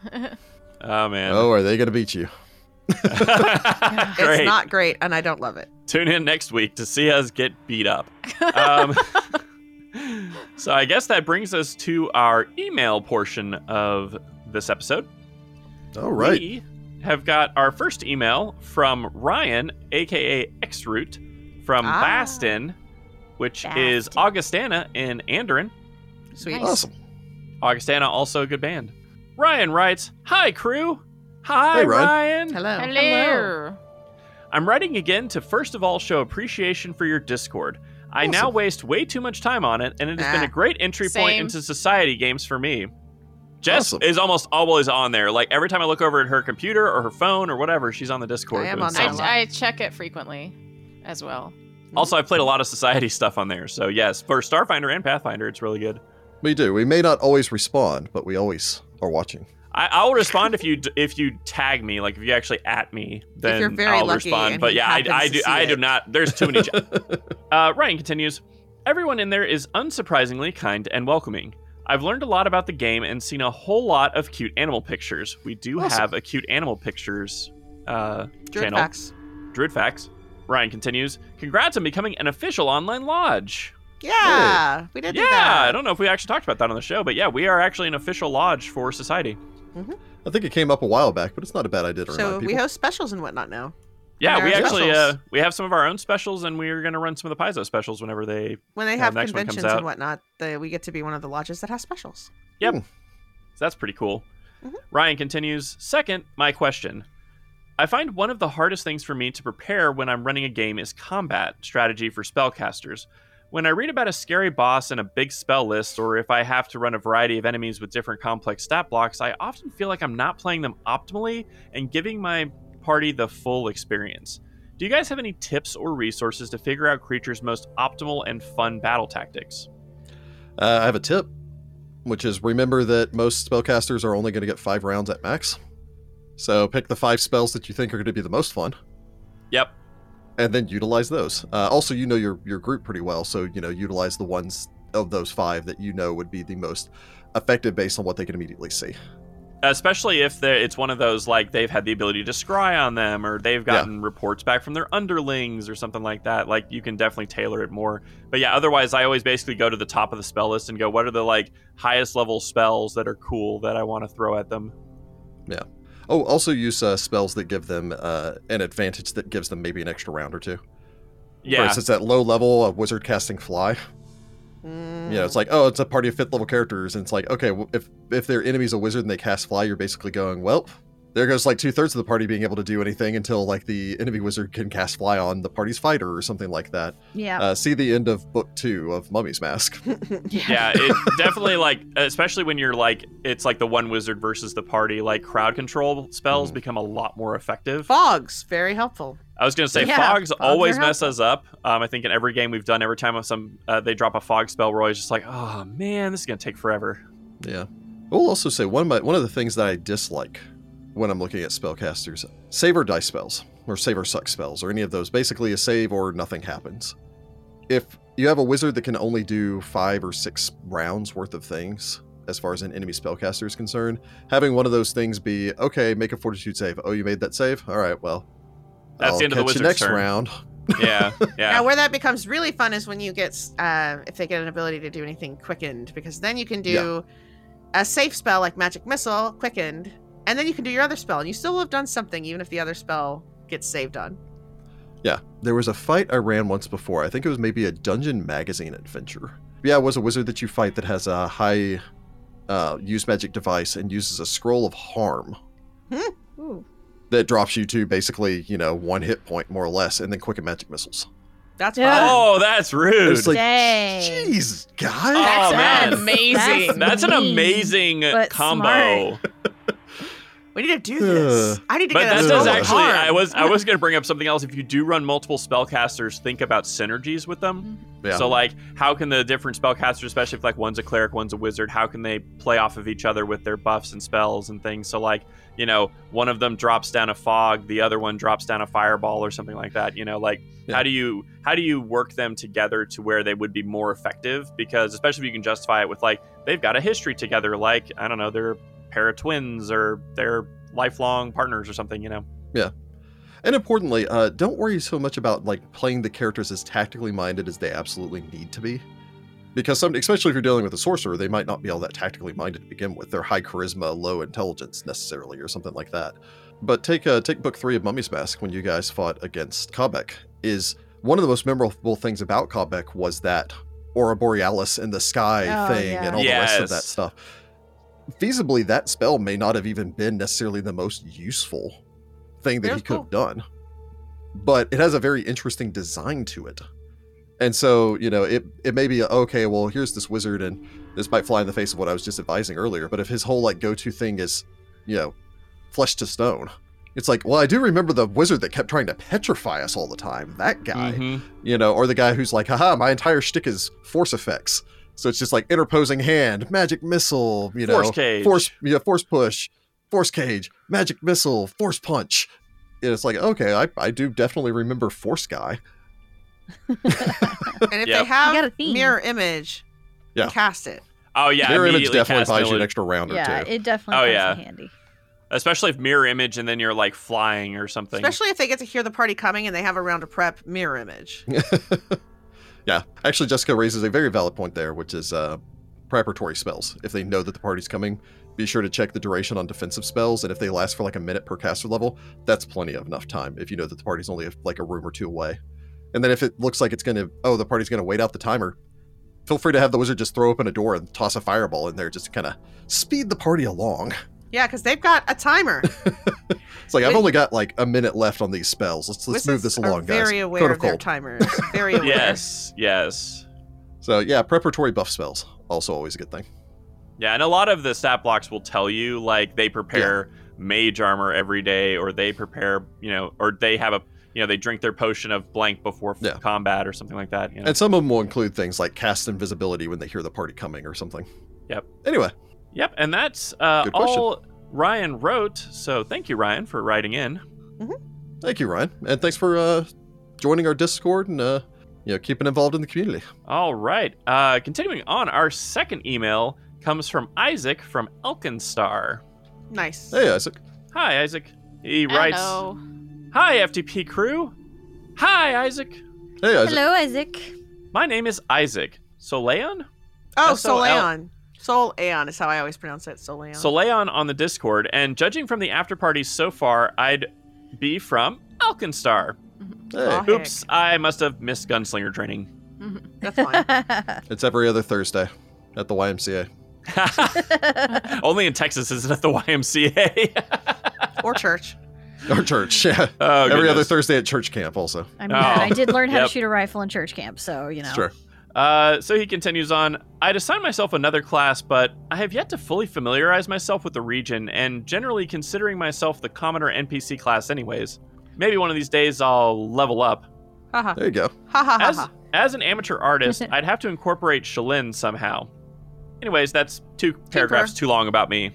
Oh man. Oh, are they going to beat you? [laughs] Great. It's not great, and I don't love it. Tune in next week to see us get beat up. Um, [laughs] so I guess that brings us to our email portion of this episode. All right. We have got our first email from Ryan, aka Xroot, from Ah. Bastin, which is Bastin. Augustana in Andoran. Sweet. Nice. Awesome. Augustana, also a good band. Ryan writes, Hi, crew. Hi, Hey, Ryan. Ryan. Oh, Hello. Hello. I'm writing again to first of all show appreciation for your Discord. I now Awesome. waste way too much time on it, and it has been Ah, a great entry point same. into society games for me. Jess Awesome. is almost always on there. Like every time I look over at her computer or her phone or whatever, she's on the Discord. I am doing on there a something. lot. I, I check it frequently as well. Also, I've played a lot of society stuff on there. So, yes, for Starfinder and Pathfinder, it's really good. We do. We may not always respond, but we always are watching. I, I'll respond if you d- if you tag me, like if you actually at me, then you're very I'll lucky respond. and But he yeah, I, happens I to do see I do it. not. There's too [laughs] many. ch- uh, Ryan continues. Everyone in there is unsurprisingly kind and welcoming. I've learned a lot about the game and seen a whole lot of cute animal pictures. We do Awesome. have a cute animal pictures uh, Druid channel. facts. Druid Facts. Ryan continues. Congrats on becoming an official online lodge. Yeah, we did yeah, do I that. don't know if we actually talked about that on the show, but yeah, we are actually an official lodge for Society. I think it came up a while back, but it's not a bad idea to So remind people. we host specials and whatnot now. Yeah, there we are actually uh, specials. we have some of our own specials, and we're going to run some of the Paizo specials whenever they. When they Yeah, have the next one comes conventions out. and whatnot, they, we get to be one of the lodges that has specials. So that's pretty cool. Mhm. Ryan continues. Second, my question. I find one of the hardest things for me to prepare when I'm running a game is combat strategy for spellcasters. When I read about a scary boss and a big spell list, or if I have to run a variety of enemies with different complex stat blocks, I often feel like I'm not playing them optimally and giving my party the full experience. Do you guys have any tips or resources to figure out creatures' most optimal and fun battle tactics? Uh, I have a tip, which is remember that most spellcasters are only going to get five rounds at max. So pick the five spells that you think are going to be the most fun, Yep. and then utilize those. Uh, also, you know your your group pretty well, so you know utilize the ones of those five that you know would be the most effective based on what they can immediately see. especially if they're- it's one of those like they've had the ability to scry on them or they've Yeah. gotten reports back from their underlings or something like that like you can definitely tailor it more but yeah otherwise i always basically go to the top of the spell list and go what are the like highest level spells that are cool that i want to throw at them Oh, also use uh, spells that give them uh, an advantage that gives them maybe an extra round or two. For yeah instance, at low level, a wizard casting fly. Mm. You know, it's like, oh, it's a party of fifth level characters, and it's like, okay, well, if if their enemy's a wizard and they cast fly, you're basically going, well, there goes like two thirds of the party being able to do anything until like the enemy wizard can cast fly on the party's fighter or something like that. Yeah. Uh, see the end of book two of Mummy's Mask. [laughs] yeah it definitely like especially when you're like it's like the one wizard versus the party like crowd control spells Mhm. become a lot more effective Fogs, very helpful. I was gonna say Yeah, fogs, fogs always are mess us up. Um, I think in every game we've done, every time some uh, they drop a fog spell, we're always just like, oh man, this is gonna take [laughs] forever. yeah, I will also say one of my one of the things that I dislike when I'm looking at spellcasters, save or die spells or save or suck spells or any of those. Basically, a save or nothing happens. If you have a wizard that can only do five or six rounds worth of things, as far as an enemy spellcaster is concerned, having one of those things be okay, make a fortitude save. Oh, you made that save. All right, well, That's I'll the end of the catch wizard's you next turn. round. Yeah, Now, yeah, where that becomes really fun is when you get s- uh, if they get an ability to do anything quickened, because then you can do a safe spell like magic missile quickened, and then you can do your other spell, and you still have done something even if the other spell gets saved on. Yeah, there was a fight I ran once before. I think it was maybe a dungeon magazine adventure. Yeah, it was a wizard that you fight that has a high uh, use magic device and uses a scroll of harm Ooh. that drops you to basically, you know, one hit point more or less, and then quicken magic missiles. That's Yeah. fun. oh, that's rude. It's like, Dang. jeez, Oh, guys. That's man. amazing. [laughs] That's, that's an mean. amazing but [laughs] combo. We need to do this. I need to But get that a does spell actually. harm. I was I [laughs] [laughs] was gonna bring up something else. If you do run multiple spellcasters, think about synergies with them. Yeah. So like, how can the different spellcasters, especially if like one's a cleric, one's a wizard, how can they play off of each other with their buffs and spells and things? So like, you know, one of them drops down a fog, the other one drops down a fireball or something like that. You know, like Yeah. how do you how do you work them together to where they would be more effective? Because especially if you can justify it with like they've got a history together, like I don't know, they're a pair of twins or they're lifelong partners or something. You know. And importantly, uh, don't worry so much about like playing the characters as tactically minded as they absolutely need to be, because some, especially if you're dealing with a sorcerer, they might not be all that tactically minded to begin with. They're high charisma, low intelligence necessarily, or something like that. But take uh, take book three of Mummy's Mask when you guys fought against Kabek. Is one of the most memorable things about Kabek was that aura borealis in the sky Oh, thing yeah. and all the rest of Yes. that stuff. Feasibly, that spell may not have even been necessarily the most useful thing that Yeah, he it's could have done. But it has a very interesting design to it. And so, you know, it it may be okay, well, here's this wizard and this might fly in the face of what I was just advising earlier, but if his whole like go-to thing is, you know, flesh to stone, it's like, well, I do remember the wizard that kept trying to petrify us all the time. That guy, Mhm. you know, or the guy who's like, haha, my entire shtick is force effects. So it's just like interposing hand, magic missile, you know, Force cage. force yeah force push force cage magic missile force punch and it's like okay i, I do definitely remember force guy and if Yep. they You got have a theme. mirror image, Yeah. cast it. Oh yeah, Mirror image immediately definitely cast buys you an Millage. extra round or yeah, two. it definitely Oh, comes yeah. in handy. especially if mirror image and then you're like flying or something. Especially if they get to hear the party coming and they have a round of prep mirror image. yeah, actually, Jessica raises a very valid point there, which is uh, preparatory spells. If they know that the party's coming, be sure to check the duration on defensive spells, and if they last for like a minute per caster level, that's plenty of enough time. If you know that the party's only like a room or two away, and then if it looks like it's gonna, oh, the party's gonna wait out the timer, feel free to have the wizard just throw open a door and toss a fireball in there, just to kind of speed the party along. Yeah, because they've got [laughs] a timer. It's like I've Wiz- only got like a minute left on these spells. Let's let's move this Wizards along, are guys. Very aware Code of their cold. timers. [laughs] Very aware. yes, yes, So yeah, preparatory buff spells also always a good thing. yeah. And a lot of the stat blocks will tell you like they prepare mage armor every day, or they prepare you know, or they have a you know they drink their potion of blank before f- Yeah. combat or something like that. You know? And some of them will include things like cast invisibility when they hear the party coming or something. Yep. Anyway, Yep, and that's uh, Good question. all Ryan wrote. So thank you, Ryan, for writing in. thank you, Ryan, and thanks for uh, joining our Discord and uh, you know keeping involved in the community. All right. Uh, continuing on, our second email comes from Isaac from Elkinstar. Nice. Hey, Isaac. Hi, Isaac. He writes, Hello. "Hi, FTP crew. Hi, Isaac. Hey, Isaac. Hello, Isaac. [laughs] My name is Isaac Soleon. Oh, S O L- Soleon. Soleon is how I always pronounce it. Soleon. Soleon on the Discord. And judging from the after parties so far, I'd be from Elkinstar. Hey, Aw. Oops, I must have missed gunslinger training. [laughs] That's fine. it's every other Thursday at the YMCA. Only in Texas isn't it the YMCA? or church. Or church, [laughs] yeah. [laughs] oh, every other goodness. Thursday at church camp, also. I mean, I Oh. did learn how Yep. to shoot a rifle in church camp, so you know. Sure. Uh, so he continues on I'd assign myself another class, but I have yet to fully familiarize myself with the region and generally considering myself the commoner NPC class, anyways. Maybe one of these days I'll level up. Ha ha. There you go. Ha ha ha. As, ha. as an amateur artist, I'd have to incorporate Shalin somehow. Anyways, that's two paragraphs too long about me.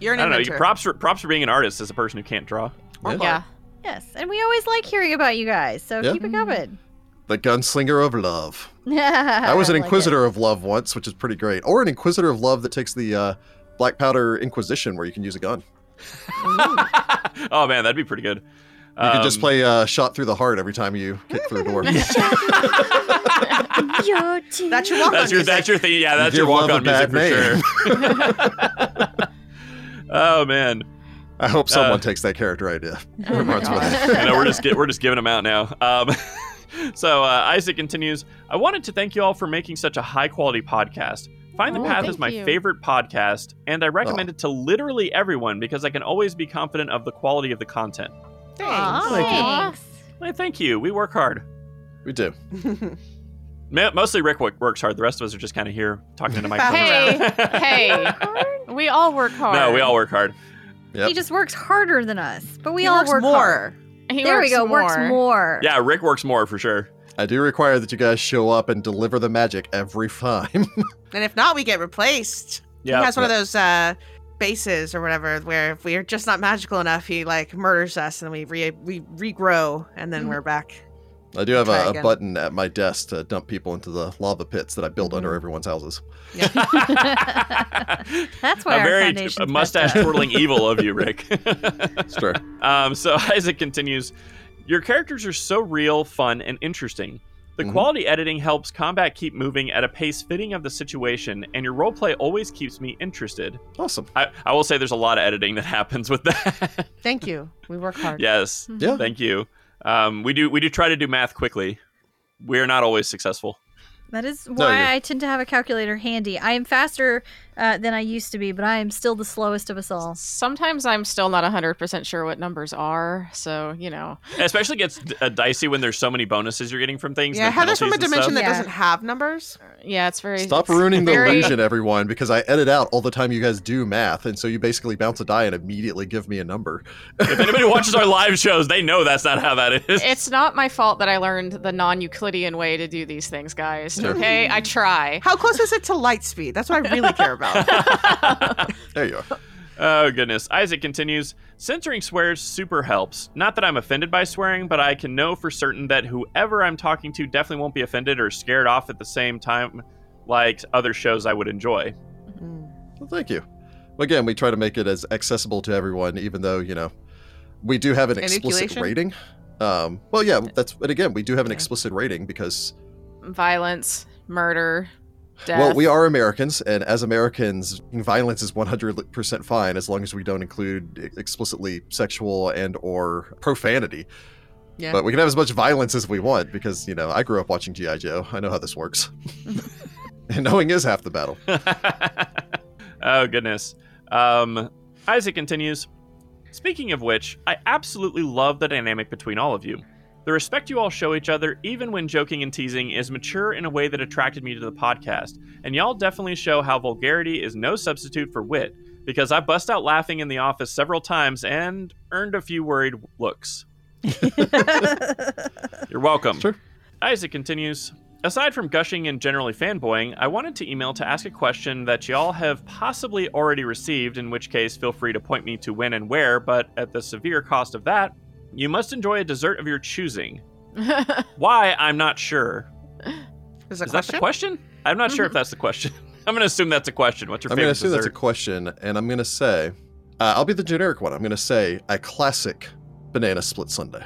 You're I an don't know. inventor. You, props for props for being an artist as a person who can't draw. Or Yeah. bard. Yeah. Yes, and we always like hearing about you guys, so Yeah. keep it coming. The gunslinger of love. [laughs] I [laughs] I was an like it. inquisitor of love once, which is pretty great. Or an inquisitor of love that takes the uh, black powder inquisition, where you can use a gun. oh man, that'd be pretty good. You can Um, just play uh, shot through the heart every time you kick through a [laughs] door. [laughs] Yo, dude. That's your walk-on that's your music. that's your thing. Yeah, that's Give your love walk on a music for bad sure. [laughs] oh man, I hope someone Uh, takes that character idea. [laughs] Oh my Runs with [laughs] God. it. I know we're just get, we're just giving them out now. Um, [laughs] so uh, Isaac continues. I wanted to thank you all for making such a high quality podcast. Find the Oh, Path is thank my you. favorite podcast, and I recommend it to literally everyone because I can always be confident of the quality of the content. [laughs] Thanks. Thanks. Well, thank you. We work hard. We do. Ma- Mostly Rick wo- works hard. The rest of us are just kind of here talking into microphones. Hey, [laughs] hey. We all work hard. no, we all work hard. Yep. He just works harder than us, but we He all works work more. hard. He there works we go. More. Works more. Yeah, Rick works more for sure. I do require that you guys show up and deliver the magic every time. [laughs] And if not, we get replaced. Yeah, [laughs] [laughs] He has one of those uh, bases or whatever where if we're just not magical enough, he like murders us and we re- we regrow and then Mhm. we're back. I do have Try a, a again. button at my desk to dump people into the lava pits that I build under Mhm. everyone's [laughs] houses. That's why a our very foundation's messed mustache up. twirling evil of you, [laughs] Rick. It's true. Um, so [laughs] Isaac continues Your characters are so real, fun, and interesting. The Mhm. quality editing helps combat keep moving at a pace fitting of the situation, and your roleplay always keeps me interested. Awesome. I, I will say there's a lot of editing that [laughs] happens with [laughs] that. [laughs] Thank you. We work hard. yes, Mm-hmm. Yeah. thank you. Um, we do we do try to do math quickly. We're not always successful. That is why you're- I tend to have a calculator handy. I am faster uh, than I used to be, but I am still the slowest of us all. Sometimes I'm still not 100% sure what numbers are, so, you know. It especially gets d- uh, dicey when there's so many bonuses you're getting from things. Yeah, and Heather's from a penalties and dimension stuff. that Yeah. doesn't have numbers. Yeah, it's very Stop it's ruining the very- illusion, everyone, because I edit out all the time you guys do math, and so you basically bounce a die and immediately give me a number. if anybody watches our live shows, they know that's not how that is. It's not my fault that I learned the non-Euclidean way to do these things, guys. Sure. Okay, I try. How close is it to light speed? That's what I really care about. [laughs] [laughs] There you are. Oh goodness. Isaac continues, censoring swears super helps. Not that I'm offended by swearing, but I can know for certain that whoever I'm talking to definitely won't be offended or scared off at the same time like other shows I would enjoy. Mm. Well, thank you. Well, again, we try to make it as accessible to everyone, even though you know we do have an explicit Enuculation? rating. Um, well, yeah, that's and again, we do have an Yeah. explicit rating because Violence, murder, death. well, we are Americans, and as Americans, violence is 100% fine as long as we don't include e- explicitly sexual and or profanity. Yeah. But we can have as much violence as we want because you know I grew up watching GI Joe. I know how this works, [laughs] and knowing is half the battle. [laughs] oh goodness. Um, Isaac continues. Speaking of which, I absolutely love the dynamic between all of you. The respect you all show each other, even when joking and teasing, is mature in a way that attracted me to the podcast. And y'all definitely show how vulgarity is no substitute for wit, because I bust out laughing in the office several times and earned a few worried looks. You're welcome. Sure. Isaac continues. Aside from gushing and generally fanboying, I wanted to email to ask a question that y'all have possibly already received, in which case, feel free to point me to when and where, but at the severe cost of that, you must enjoy a dessert of your choosing. Why, I'm not sure. There's a Is that question. the question? I'm not sure if that's the question. [laughs] I'm going to assume that's a question. What's your I'm favorite going to assume dessert? that's a question, and I'm going to say, uh, I'll be the generic one. I'm going to say a classic banana split sundae.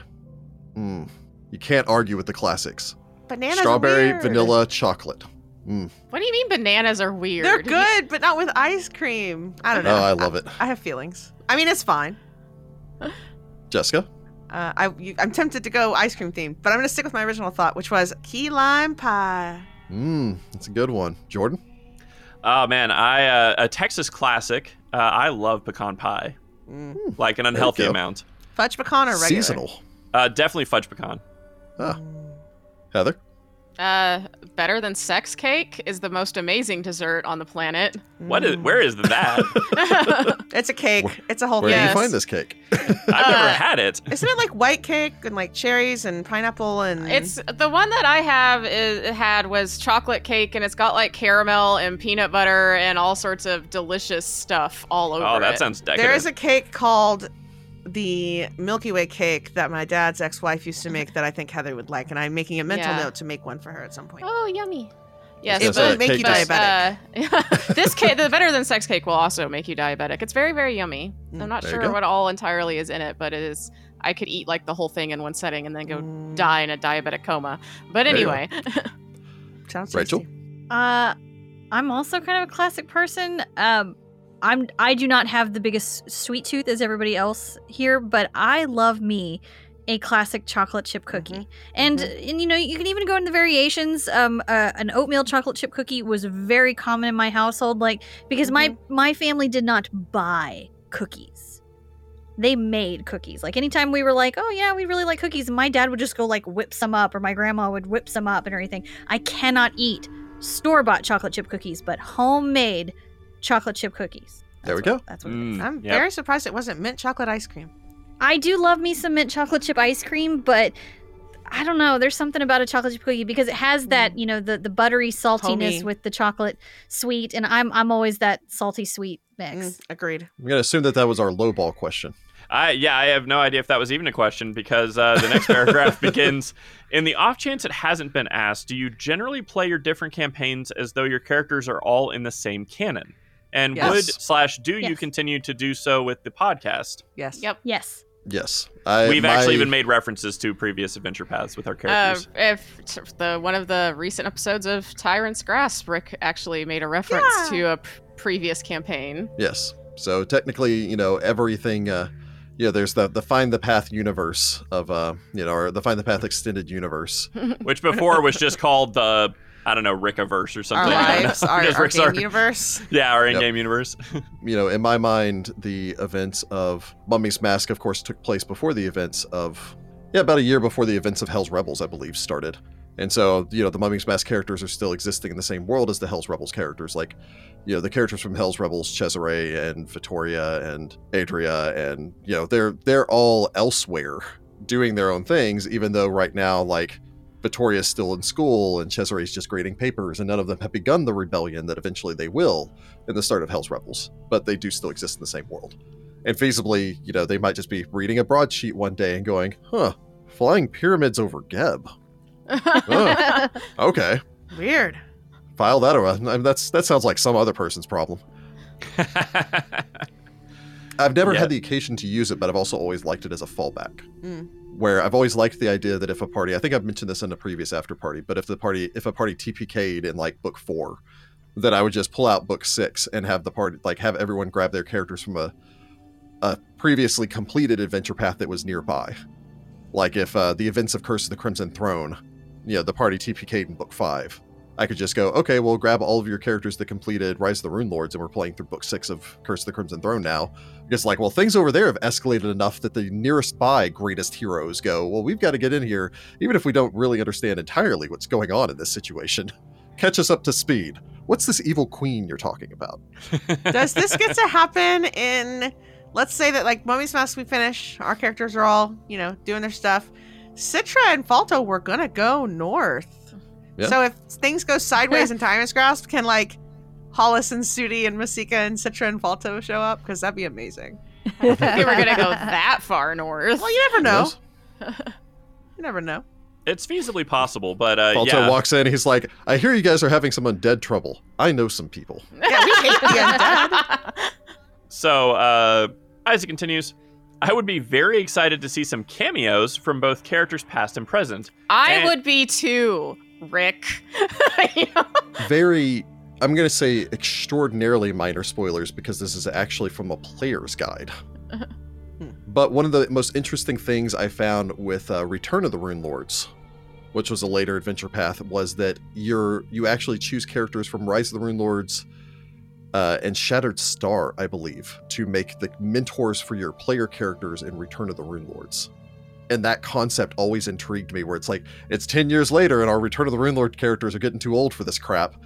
Mm. You can't argue with the classics. Bananas are Strawberry, weird. vanilla, chocolate. [laughs] what do you mean bananas are weird? [laughs] They're good, but not with ice cream. I don't know. Oh, I love it. I have feelings. I mean, it's fine. Jessica? Uh, I, you, I'm tempted to go ice cream themed, but I'm going to stick with my original thought, which was key lime pie. Mm, that's a good one. Jordan? Oh, man. I uh, A Texas classic. Uh, I love pecan pie, Mm. like an unhealthy go. amount. Fudge pecan or regular? Seasonal. Uh, definitely fudge pecan. Ah. Mm. Heather? Uh, better than sex cake is the most amazing dessert on the [laughs] planet. What is, where is that? Mm. It's a cake. Where- it's a whole Where thing. do Yes. you find this cake? I've never Uh, had it. Isn't it like white cake and like cherries and pineapple and It's the one that I have is, had was chocolate cake, and it's got like caramel and peanut butter and all sorts of delicious stuff all over Oh, that it. sounds decadent. there is a cake called the Milky Way cake that my dad's ex-wife used to make that I think Heather would like, and I'm making a mental Yeah. note to make one for her at some point. oh, yummy. Yes, It's it but gonna say will make you cake is- diabetic. Uh, [laughs] this cake, the better than sex cake, will also make you diabetic. It's very, very yummy. Mm, I'm not there you sure go. what all entirely is in it, but it is. I could eat like the whole thing in one setting and then go Mm, die in a diabetic coma. But There you go. anyway, sounds Rachel? tasty. Uh, I'm also kind of a classic person. Um, I'm I do not have the biggest sweet tooth as everybody else here, but I love me a classic chocolate chip cookie. And and you know you can even go into variations. Um, uh, an oatmeal chocolate chip cookie was very common in my household, like because my my family did not buy cookies. They made cookies. Like anytime we were like, oh yeah, we really like cookies, my dad would just go like whip some up, or my grandma would whip some up and everything. I cannot eat store bought chocolate chip cookies, but homemade chocolate chip cookies. There we That's go. what- That's what. it is. Mm, I'm yep. very surprised it wasn't mint chocolate ice cream. I do love me some mint chocolate chip ice cream, but I don't know. There's something about a chocolate chip cookie because it has that you know the the buttery saltiness Homey. with the chocolate sweet, and I'm I'm always that salty sweet mix. Mm, agreed. I'm going to assume that that was our lowball question. I yeah, I have no idea if that was even a question because uh, the next [laughs] paragraph begins. In the off chance it hasn't been asked, do you generally play your different campaigns as though your characters are all in the same canon? And Yes. would slash do you Yes. continue to do so with the podcast? Yes. yep. [laughs] Yes. Yes. I, We've Uh, my- actually even made references to previous adventure paths with our Uh, characters. if t- the one of the recent episodes of Tyrant's Grasp, Rick actually made a reference Yeah. to a p- previous campaign. [laughs] Yes. So technically, you know, everything, uh, you know, there's the, the Find the Path universe of, uh, you know, or the Find the Path extended universe. Oh. which before was [laughs] just called the I don't know, Rickiverse or Our something. I don't lives, know. our, Just our Rick's game our- [laughs] universe. Yeah, our Yep. in-game universe. [laughs] you know, in my mind, the events of Mummy's Mask, of course, took place before the events of, yeah, about a year before the events of Hell's Rebels, I believe, started. And so, you know, the Mummy's Mask characters are still existing in the same world as the Hell's Rebels characters. Like, you know, the characters from Hell's Rebels, Cesare and Vittoria and Adria, and you know, they're they're all elsewhere doing their own things, even though right now, like, Vittoria's still in school and Cesare's just grading papers, and none of them have begun the rebellion that eventually they will in the start of Hell's Rebels, but they do still exist in the same world. And feasibly, you know, they might just be reading a broadsheet one day and going, huh, flying pyramids over Geb. Okay. Weird. File that away. I mean, that's that sounds like some other person's problem. I've never Yeah. had the occasion to use it, but I've also always liked it as a fallback. Mm. Where I've always liked the idea that if a party, I think I've mentioned this in a previous after party, but if the party, if a party TPK'd in like book four, that I would just pull out book six and have the party, like have everyone grab their characters from a, a previously completed adventure path that was nearby. Like if uh, the events of Curse of the Crimson Throne, you know, the party TPK'd in book five, I could just go, okay, well, grab all of your characters that completed Rise of the Rune Lords and we're playing through book six of Curse of the Crimson Throne now. It's like, well, things over there have escalated enough that the nearest by greatest heroes go, well, we've got to get in here, even if we don't really understand entirely what's going on in this situation. [laughs] Catch us up to speed. What's this evil queen you're talking about? Does this get to happen in, let's say that like Mummy's Mask, we finish, our characters are all, you know, doing their stuff. Citra and Falto, we're going to go north. Yeah. So if things [laughs] go sideways and time is grasped, can like Hollis and Sudi and Masika and Citra and Falto show up? Because that'd be amazing. [laughs] we were gonna go that far north. Well, you never know. Yes. You never know. it's feasibly possible, but uh, Balto yeah. walks in. He's like, I hear you guys are having some undead trouble. I know some people. Yeah, we hate [laughs] the undead. So uh, Isaac continues. I would be very excited to see some cameos from both characters past and present. [laughs] I And- would be too, Rick. [laughs] You know? Very, I'm going to say extraordinarily minor spoilers because this is actually from a player's guide. But one of the most interesting things I found with uh, Return of the Rune Lords, which was a later adventure path, was that you're you actually choose characters from Rise of the Rune Lords uh, and Shattered Star, I believe, to make the mentors for your player characters in Return of the Rune Lords. And that concept always intrigued me, where it's like it's ten years later and our Return of the Rune Lord characters are getting too old for this crap.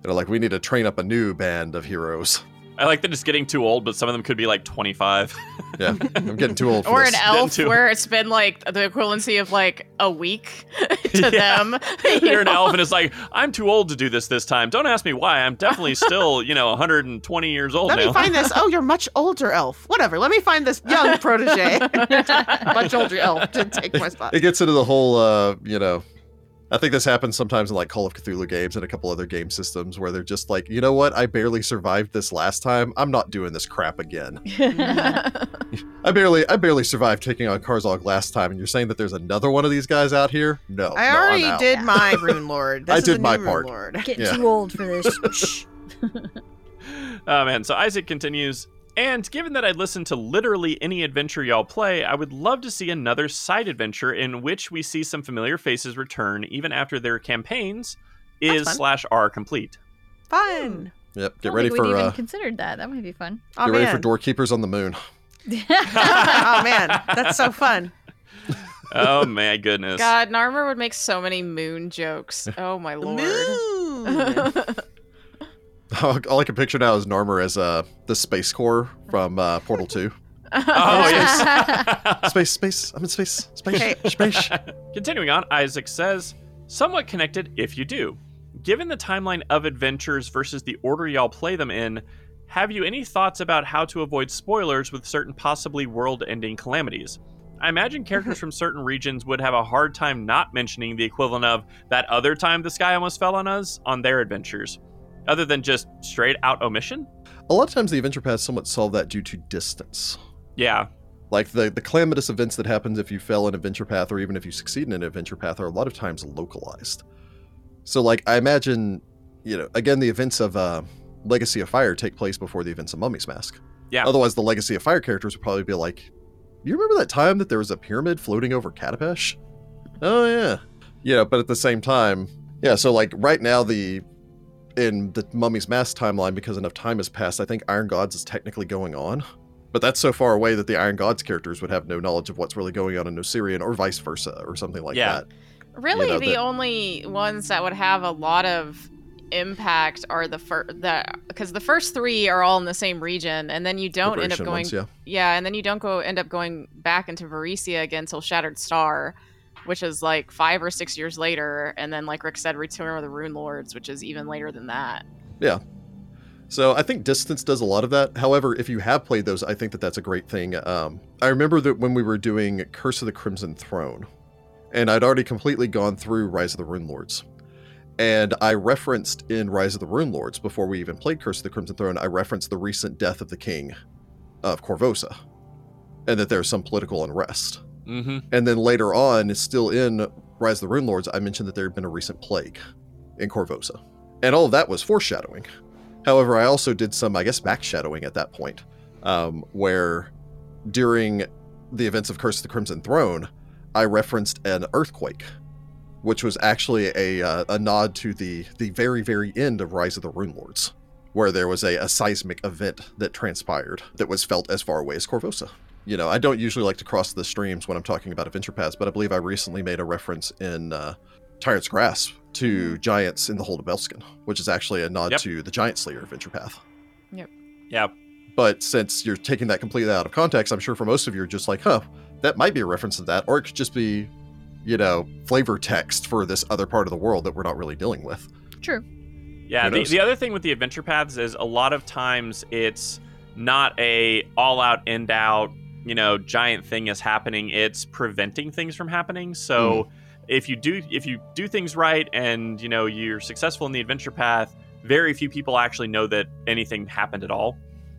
They're like, we need to train up a new band of heroes. [laughs] I like that it's getting too old, but some of them could be like [laughs] 25. Yeah, I'm getting too old for or this. an elf, too. where it's been like the equivalency of like a week [laughs] [laughs] Yeah. to them. you You're an [laughs] know? elf, and it's like, I'm too old to do this this time. Don't ask me why. I'm definitely still, you know, 120 years old Let now. me find this. Oh, you're much older elf. Whatever. Let me find this young protege. much older elf didn't take my spot. it gets into the whole uh you know i think this happens sometimes in like call of cthulhu games and a couple other game systems where they're just like you know what i barely survived this last time i'm not doing this crap again i barely i barely survived taking on karzog last time and you're saying that there's another one of these guys out here no I no, I'm already out. did my rune lord. This I is did a new my rune part. lord. Get Yeah. too old for this. Shh. [laughs] Oh man, so Isaac continues, and given that I listen to literally any adventure y'all play, I would love to see another side adventure in which we see some familiar faces return even after their campaigns is fun. slash are complete. Fun. yep I get don't ready think we'd for even uh considered that. That might be fun. Oh, get ready for [laughs] man. doorkeepers on the moon [laughs] oh man, that's so fun. [laughs] Oh my goodness. God, Narmer would make so many moon jokes. Oh my The lord. moon. [laughs] all i can picture now is narmer as uh the space corps from uh portal 2 Oh [laughs] yes. space space i'm in space space Hey. [laughs] space Continuing on, Isaac says, somewhat connected if you do. Given the timeline of adventures versus the order y'all play them in, have you any thoughts about how to avoid spoilers with certain possibly world ending calamities? I imagine characters from certain regions would have a hard time not mentioning the equivalent of that other time the sky almost fell on us on their adventures, other than just straight out omission? a lot of times the adventure paths somewhat solve that due to distance Yeah. like the the calamitous events that happens if you fail an adventure path or even if you succeed in an adventure path are a lot of times localized so like i imagine you know again the events of uh, legacy of fire take place before the events of mummy's mask Yeah. otherwise the legacy of fire characters would probably be like you remember that time that there was a pyramid floating over katapesh oh yeah yeah but at the same time yeah so like right now the in the mummy's mask timeline because enough time has passed i think iron gods is technically going on but that's so far away that the Iron Gods characters would have no knowledge of what's really going on in Osirian or vice versa or something like Yeah. that. Really, You know, the that- only ones that would have a lot of impact are the first that because the first three are all in the same region, and then you don't end up Liberation going. ones, yeah. yeah. and then you don't go end up going back into Varesia again till Shattered Star, which is like five or six years later, and then like Rick said, Return of the Rune Lords, which is even later than that. So I think distance does a lot of that. However, if you have played those, I think that that's a great thing. Um, I remember that when we were doing Curse of the Crimson Throne, and I'd already completely gone through Rise of the Rune Lords, And I referenced in Rise of the Rune Lords before we even played Curse of the Crimson Throne, I referenced the recent death of the king of Corvosa and that there's some political unrest. Mm-hmm. And then later on, still in Rise of the Rune Lords, I mentioned that there had been a recent plague in Corvosa. And all of that was foreshadowing. However, I also did some, I guess, backshadowing at that point, um, where during the events of Curse of the Crimson Throne, I referenced an earthquake, which was actually a, uh, a nod to the, the very, very end of Rise of the Rune Lords, where there was a, a seismic event that transpired that was felt as far away as Corvosa you know, I don't usually like to cross the streams when I'm talking about adventure paths, but I believe I recently made a reference in uh, Tyrant's Grasp to giants in the Hold of Belskin, which is actually a nod Hmm. Yep. to the Giant Slayer adventure path. Yeah. But since you're taking that completely out of context, I'm sure for most of you, you're just like, huh, that might be a reference to that, or it could just be, you know, flavor text for this other part of the world that we're not really dealing with. True. Yeah, Who the, knows? the other thing with the adventure paths is a lot of times it's not a all out end out, you know, giant thing is happening. It's preventing things from happening. So if you do if you do things right and you know you're successful in the adventure path, very few people actually know that anything happened at all.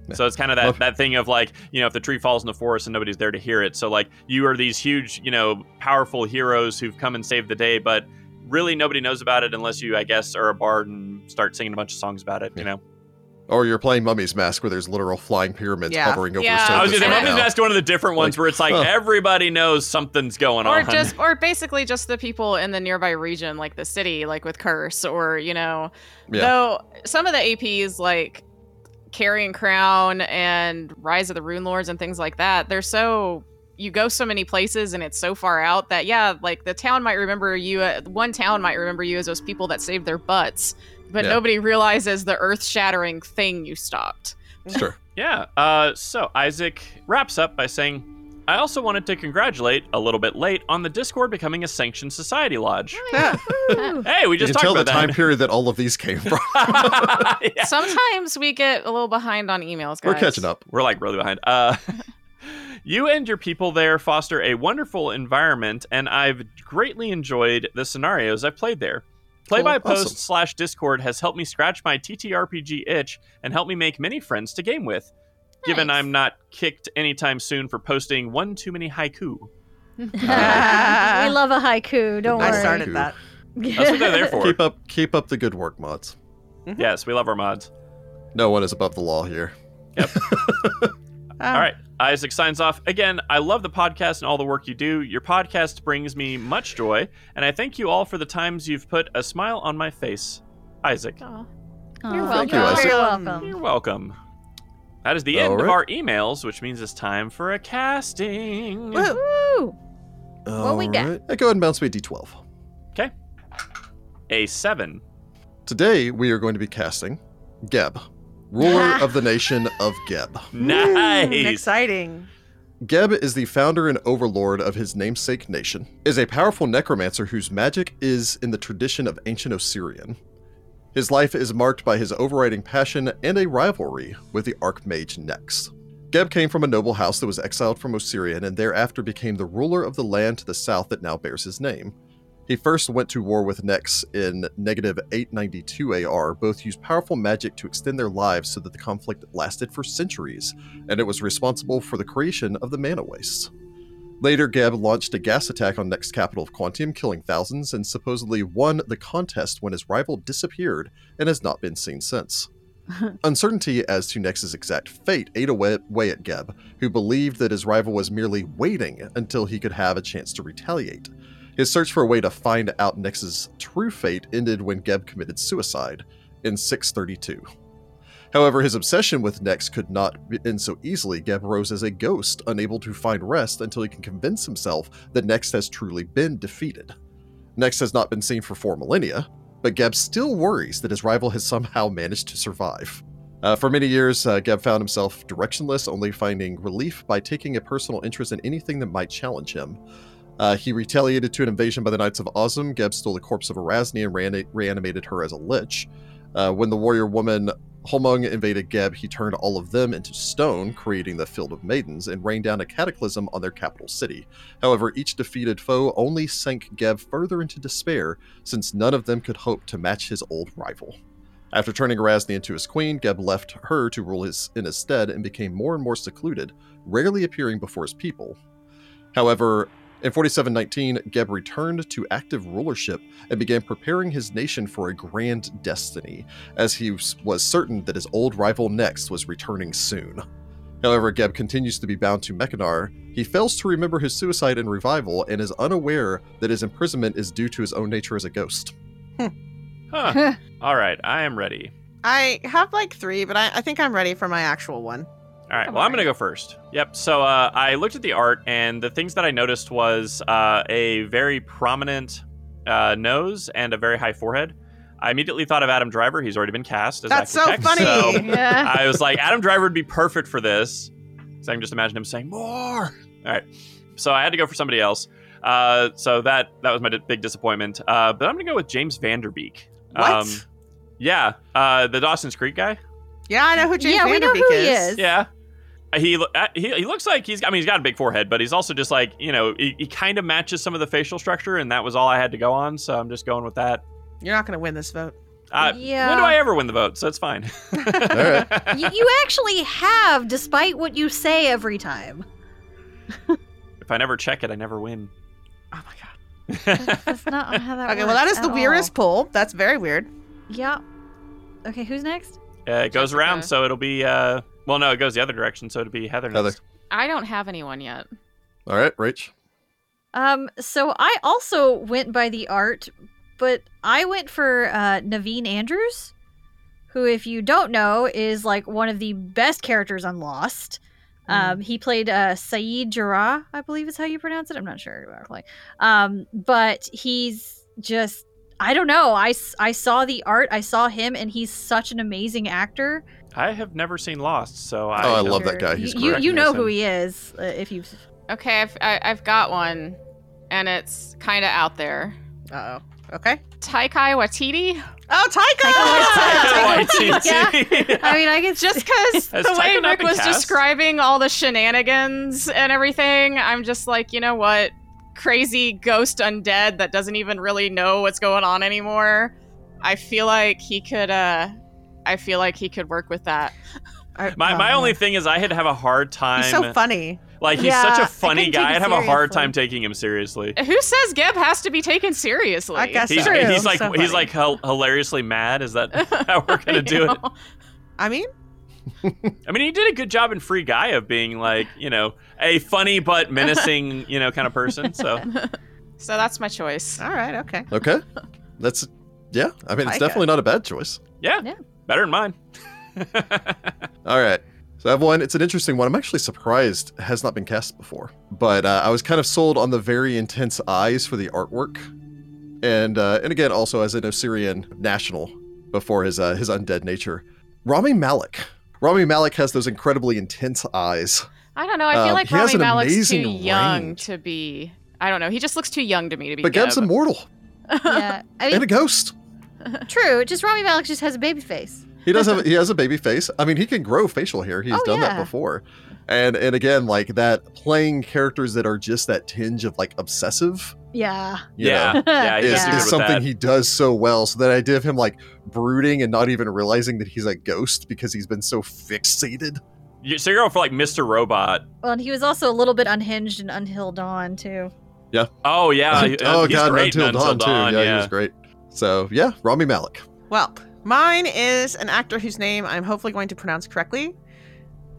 Yeah. So it's kind of that, Well- that thing of like, you know, if the tree falls in the forest and nobody's there to hear it. So like you are these huge, you know, powerful heroes who've come and saved the day, but really nobody knows about it unless you, I guess, are a bard and start singing a bunch of songs about it. You Yeah. know, Or you're playing Mummy's Mask where there's literal flying pyramids Yeah. hovering over Yeah. I was surface gonna say, right Mummy's now. Mask, one of the different ones Like, where it's like huh. everybody knows something's going or on. just or basically just the people in the nearby region like the city like with curse or you know Yeah. though some of the aps like carrying crown and rise of the rune lords and things like that they're so you go so many places and it's so far out that yeah like the town might remember you uh, one town might remember you as those people that saved their butts but Yeah. nobody realizes the earth-shattering thing you stopped Sure. Yeah. Uh, so Isaac wraps up by saying, I also wanted to congratulate, a little bit late, on the Discord becoming a sanctioned society lodge. Ooh. Hey, we You just can tell talked the about time that. period that all of these [laughs] came [laughs] from. Yeah. sometimes we get a little behind on emails guys We're catching up. We're like really behind. Uh, [laughs] you and your people there foster a wonderful environment, and I've greatly enjoyed the scenarios I've played there. Play by Cool. Awesome. post slash Discord has helped me scratch my TTRPG itch and helped me make many friends to game with. Given Nice. I'm not kicked anytime soon for posting one too many haiku. [laughs] we love a haiku. Don't I worry. started that. That's what they're [laughs] there for. Keep up, keep up the good work, mods. Yes, we love our mods. No one is above the law here. Oh. All right. Isaac signs off. Again, I love the podcast and all the work you do. Your podcast brings me much joy, and I thank you all for the times you've put a smile on my face. Isaac, Aw. Aw, You're [laughs] You're welcome. Thank you, Isaac. welcome. you're welcome. That is the end All of right. our emails, which means it's time for a casting. Woo. Woo. What we got? Go ahead and bounce me a d12. A seven. Today we are going to be casting Geb, ruler of the nation of Geb. Mm, Nice. exciting. Geb is the founder and overlord of his namesake nation, is a powerful necromancer whose magic is in the tradition of ancient Osirian. His life is marked by his overriding passion and a rivalry with the Archmage Nex. Geb came from a noble house that was exiled from Osirian and thereafter became the ruler of the land to the south that now bears his name. He first went to war with Nex in negative 892 AR. Both used powerful magic to extend their lives so that the conflict lasted for centuries, and it was responsible for the creation of the Mana Waste. Later, Geb launched a gas attack on Nex capital of Quantium, killing thousands, and supposedly won the contest when his rival disappeared and has not been seen since. Uncertainty as to Nex's exact fate ate away away at Geb, who believed that his rival was merely waiting until he could have a chance to retaliate. His search for a way to find out Nex's true fate ended when Geb committed suicide in 632. However, his obsession with Nex could not be- end so easily. Geb rose as a ghost, unable to find rest until he can convince himself that Nex has truly been defeated. Nex has not been seen for four millennia, but Geb still worries that his rival has somehow managed to survive. Uh, for many years, uh, Geb found himself directionless, only finding relief by taking a personal interest in anything that might challenge him. Uh, he retaliated to an invasion by the Knights of Ozum. Geb stole the corpse of Erasni and reani- reanimated her as a lich. Uh, when the warrior woman Holmung invaded Geb, he turned all of them into stone, creating the Field of Maidens, and rained down a cataclysm on their capital city. However, each defeated foe only sank Geb further into despair, since none of them could hope to match his old rival. After turning Erasne into his queen, Geb left her to rule his, in his stead and became more and more secluded, rarely appearing before his people. However, in 4719, Geb returned to active rulership and began preparing his nation for a grand destiny, as he was certain that his old rival Next was returning soon. However, Geb continues to be bound to Mechanar. He fails to remember his suicide and revival and is unaware that his imprisonment is due to his own nature as a ghost. Huh. [laughs] All right, I am ready. I have like three, but I, I think I'm ready for my actual one. All right. I'm well, I'm all going to go first. Yep. So uh, I looked at the art, and the things that I noticed was uh, a very prominent uh, nose and a very high forehead. I immediately thought of Adam Driver. He's already been cast as That's so architect, funny. [laughs] so [laughs] yeah. I was like, Adam Driver would be perfect for this. So I can just imagine him saying more. All right. So I had to go for somebody else. Uh, so that that was my di- big disappointment. Uh, but I'm going to go with James Vanderbeek. Um, What? yeah, uh, the Dawson's Creek guy. Yeah, I know who James Yeah, we know Vanderbeek who he is. is. Yeah. He, lo- uh, he he looks like he's I mean he's got a big forehead but he's also just like you know he, he kind of matches some of the facial structure and that was all I had to go on so I'm just going with that. You're not going to win this vote. Uh, yeah. When do I ever win the vote? So it's [laughs] fine. [laughs] right. you, you actually have, despite what you say every time. if I never check it, I never win. [laughs] Uh, Oh my god. That's, that's not how that [laughs] Okay, works well that is at the all. weirdest poll. That's very weird. Yeah. Okay, who's next? Uh, it goes Jessica. around, so it'll be. Uh, well, no, it goes the other direction, so it'll be Heather. Heather. Next. I don't have anyone yet. All right, Rach. Um, so I also went by the art, but I went for uh, Naveen Andrews, who, if you don't know, is like one of the best characters on Lost. Um, he played uh, Saeed Jarrah, I believe is how you pronounce it. I'm not sure exactly. Um, but he's just, I don't know. I, s- I saw the art, I saw him, and he's such an amazing actor. I have never seen Lost, so I. Oh, I don't- love that guy. He's you, you, great. you know [laughs] who he is uh, if you've. Okay, I've, I, I've got one, and it's kind of out there. Uh oh. Okay. Taikai Watiti, Oh, Taika Taika! [laughs] I mean, I [laughs] guess [laughs] just because Has the way Taika not Rick been was cast? describing all the shenanigans and everything, I'm just like, you know what? Crazy ghost undead that doesn't even really know what's going on anymore. I feel like he could. uh I feel like he could work with that. I- [laughs] My, my oh, only thing is I had to have a hard time. He's so funny. Like he's Yeah, such I a funny couldn't guy. take I'd him have a hard seriously. time taking him seriously. Who says Geb has to be taken seriously? I guess- That's He's, true. [laughs] he's like So he's funny. like hil- hilariously mad. Is that [laughs] how we're gonna You do it? know? I mean, I mean, he did a good job in Free Guy of being like you know a funny but menacing you know kind of person. [laughs] So So that's my choice. all right, okay. Okay. That's, yeah. I mean, it's Taika. definitely not a bad choice. yeah, Yeah. better than mine. All right. So I have one. It's an interesting one. I'm actually surprised it has not been cast before, but uh, I was kind of sold on the very intense eyes for the artwork, and uh, and again also as an Osirian national before his uh, his undead nature, Rami Malik. Rami Malik has those incredibly intense eyes. I don't know. I feel Um, like he Rami has an Malek's too amazing young range. to be. I don't know. He just looks too young to me to be. But Geb. Geb's immortal yeah. I mean, and a ghost. True. Just Rami Malek just has a baby face. He [laughs] does have he has a baby face. I mean, he can grow facial hair. He's Oh, done that yeah. before. And and again, like that playing characters that are just that tinge of like obsessive. Yeah. you know? yeah, yeah, he is, does do Yeah. good is with something that. he does so well. So that idea of him like brooding and not even realizing that he's a ghost because he's been so fixated. You- so you're going for like Mr. Robot. Well, and he was also a little bit unhinged and Until Dawn too. Oh yeah. [laughs] he- uh, he's great in Until Dawn, Yeah, Yeah, he was great. So yeah, Rami Malik. Well, mine is an actor whose name I'm hopefully going to pronounce correctly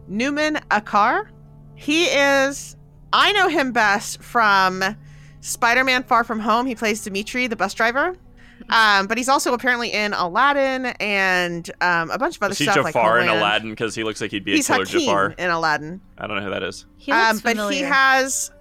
Newman Akar. He is, I know him best from Spider Man Far From Home. He plays Dimitri, the bus driver. Um, but he's also apparently in Aladdin and um, a bunch of other Is he stuff. Jafar like in Homeland. Aladdin because he looks like he'd be He's a killer Hakeem Jafar. in Aladdin. I don't know who that is. He looks Um, but he familiar. has,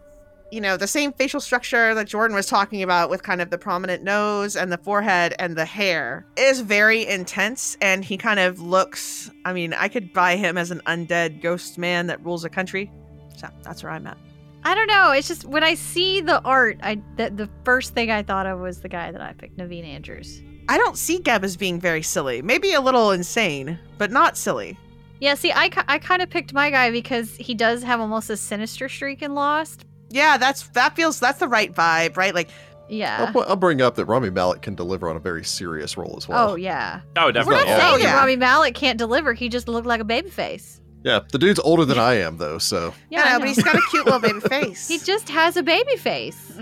you know, the same facial structure that Jordan was talking about with kind of the prominent nose and the forehead and the hair It is very intense. And he kind of looks, I mean, I could buy him as an undead ghost man that rules a country. So that's where I'm at. I don't know. It's just when I see the art, I that the first thing I thought of was the guy that I picked, Naveen Andrews. I don't see Geb as being very silly. Maybe a little insane, but not silly. Yeah, see, I, ki- I kind of picked my guy because he does have almost a sinister streak in Lost. Yeah, that's that feels that's the right vibe, right? Like Yeah. Oh, I'll, pu- I'll bring up that Rami Malik can deliver on a very serious role as well. Oh, yeah. Oh, We're not definitely. Oh, saying yeah. that Rami Malik can't deliver. He just looked like a baby face. yeah, the dude's older than I am though, so Yeah, you I know, know. but he's got a cute little [laughs] baby face. he just has a baby face.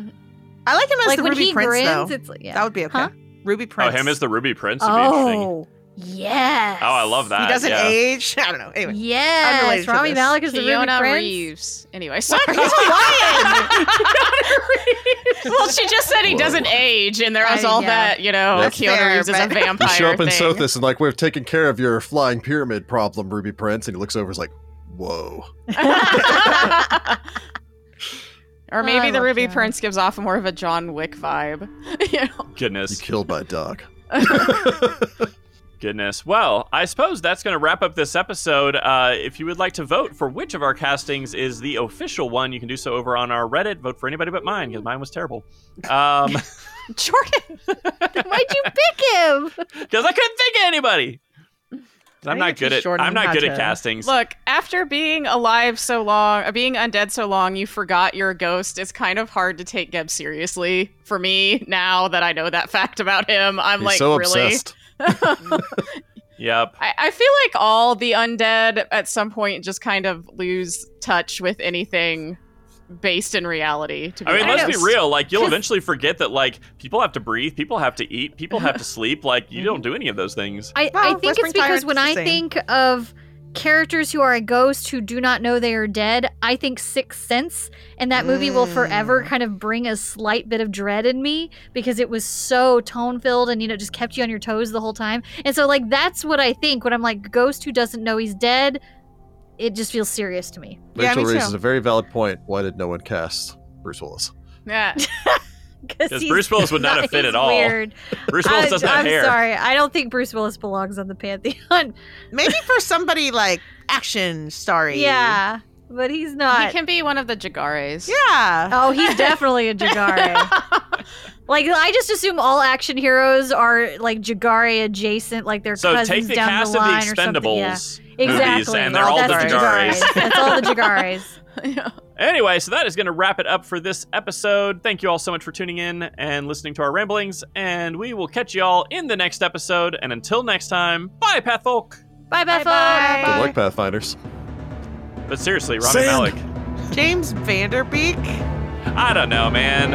I like him as Like the when Ruby he Prince grins, though. it's like, yeah. That would be okay. Huh? Ruby Oh, Prince. him as the Ruby Prince would be interesting. oh, yes. Oh, I love that. he doesn't yeah. age. [laughs] I don't know. Anyway, Unrelated Yes, to Rami this. Malik is the Ruby Fiona Prince. Reeves. Anyway, [laughs] sorry. he's [laughs] well, she just said he Whoa. doesn't age, and there was I- all yeah. that, you know, That's Keanu fair, Reeves is a but- You vampire. you show up in thing. [laughs] Sothis and like we've taken care of your flying pyramid problem, Ruby Prince, and he looks over and is like, whoa. or Oh, maybe I the love Ruby Keanu. Prince gives off more of a John Wick vibe. [laughs] you know? You Goodness. killed my dog. Goodness. Well, I suppose that's going to wrap up this episode. Uh, if you would like to vote for which of our castings is the official one, you can do so over on our Reddit. Vote for anybody but mine because mine was terrible. [laughs] Um, Jordan. [laughs] Why'd you pick him? because I couldn't think of anybody. I'm think not it's just good at Jordan I'm not had good at to- castings. Look, after being alive so long, uh, being undead so long, you forgot you're a ghost. It's kind of hard to take Geb seriously for me now that I know that [laughs] fact about him. I'm He's like, so really? obsessed. Yep. I, I feel like all the undead at some point just kind of lose touch with anything based in reality. To be I mean, honest. let's be real. Like, you'll eventually forget that like people have to breathe, people have to eat, people [laughs] have to sleep. Like, you don't do any of those things. I, I Well, think Whispering it's because Tyrant's when the I same. think of characters who are a ghost who do not know they are dead, I think Sixth Sense, and that movie will forever Mm. kind of bring a slight bit of dread in me because it was so tone filled and you know just kept you on your toes the whole time. And so like that's what I think when I'm like ghost who doesn't know he's dead. It just feels serious to me. [laughs] Yeah, Rachel me raises too. a very valid point. Why did no one cast Bruce Willis? Yeah. Because Bruce Willis would [laughs] [laughs] not have fit at all. Bruce Willis I, doesn't have am hair. sorry. I don't think Bruce Willis belongs on the pantheon. [laughs] maybe for somebody like action starry. yeah, but he's He not. can be one of the Jagares. Yeah. Oh, he's definitely a Jagare. like I just assume all action heroes are like Jagare adjacent, like their So take cousins the down cast the of the line or something. Expendables. Yeah. movies, Exactly. and they're all the that's Jagares. [laughs] That's all the Jagares. [laughs] Yeah. Anyway, so that is going to wrap it up for this episode. Thank you all so much for tuning in and listening to our ramblings, and we will catch you all in the next episode. And until next time, bye, Patfolk. Bye, bye, Bye-bye. Good Bye. luck, Pathfinders. But seriously, Rami Sand. Malik. James Vanderbeek. I don't know, man.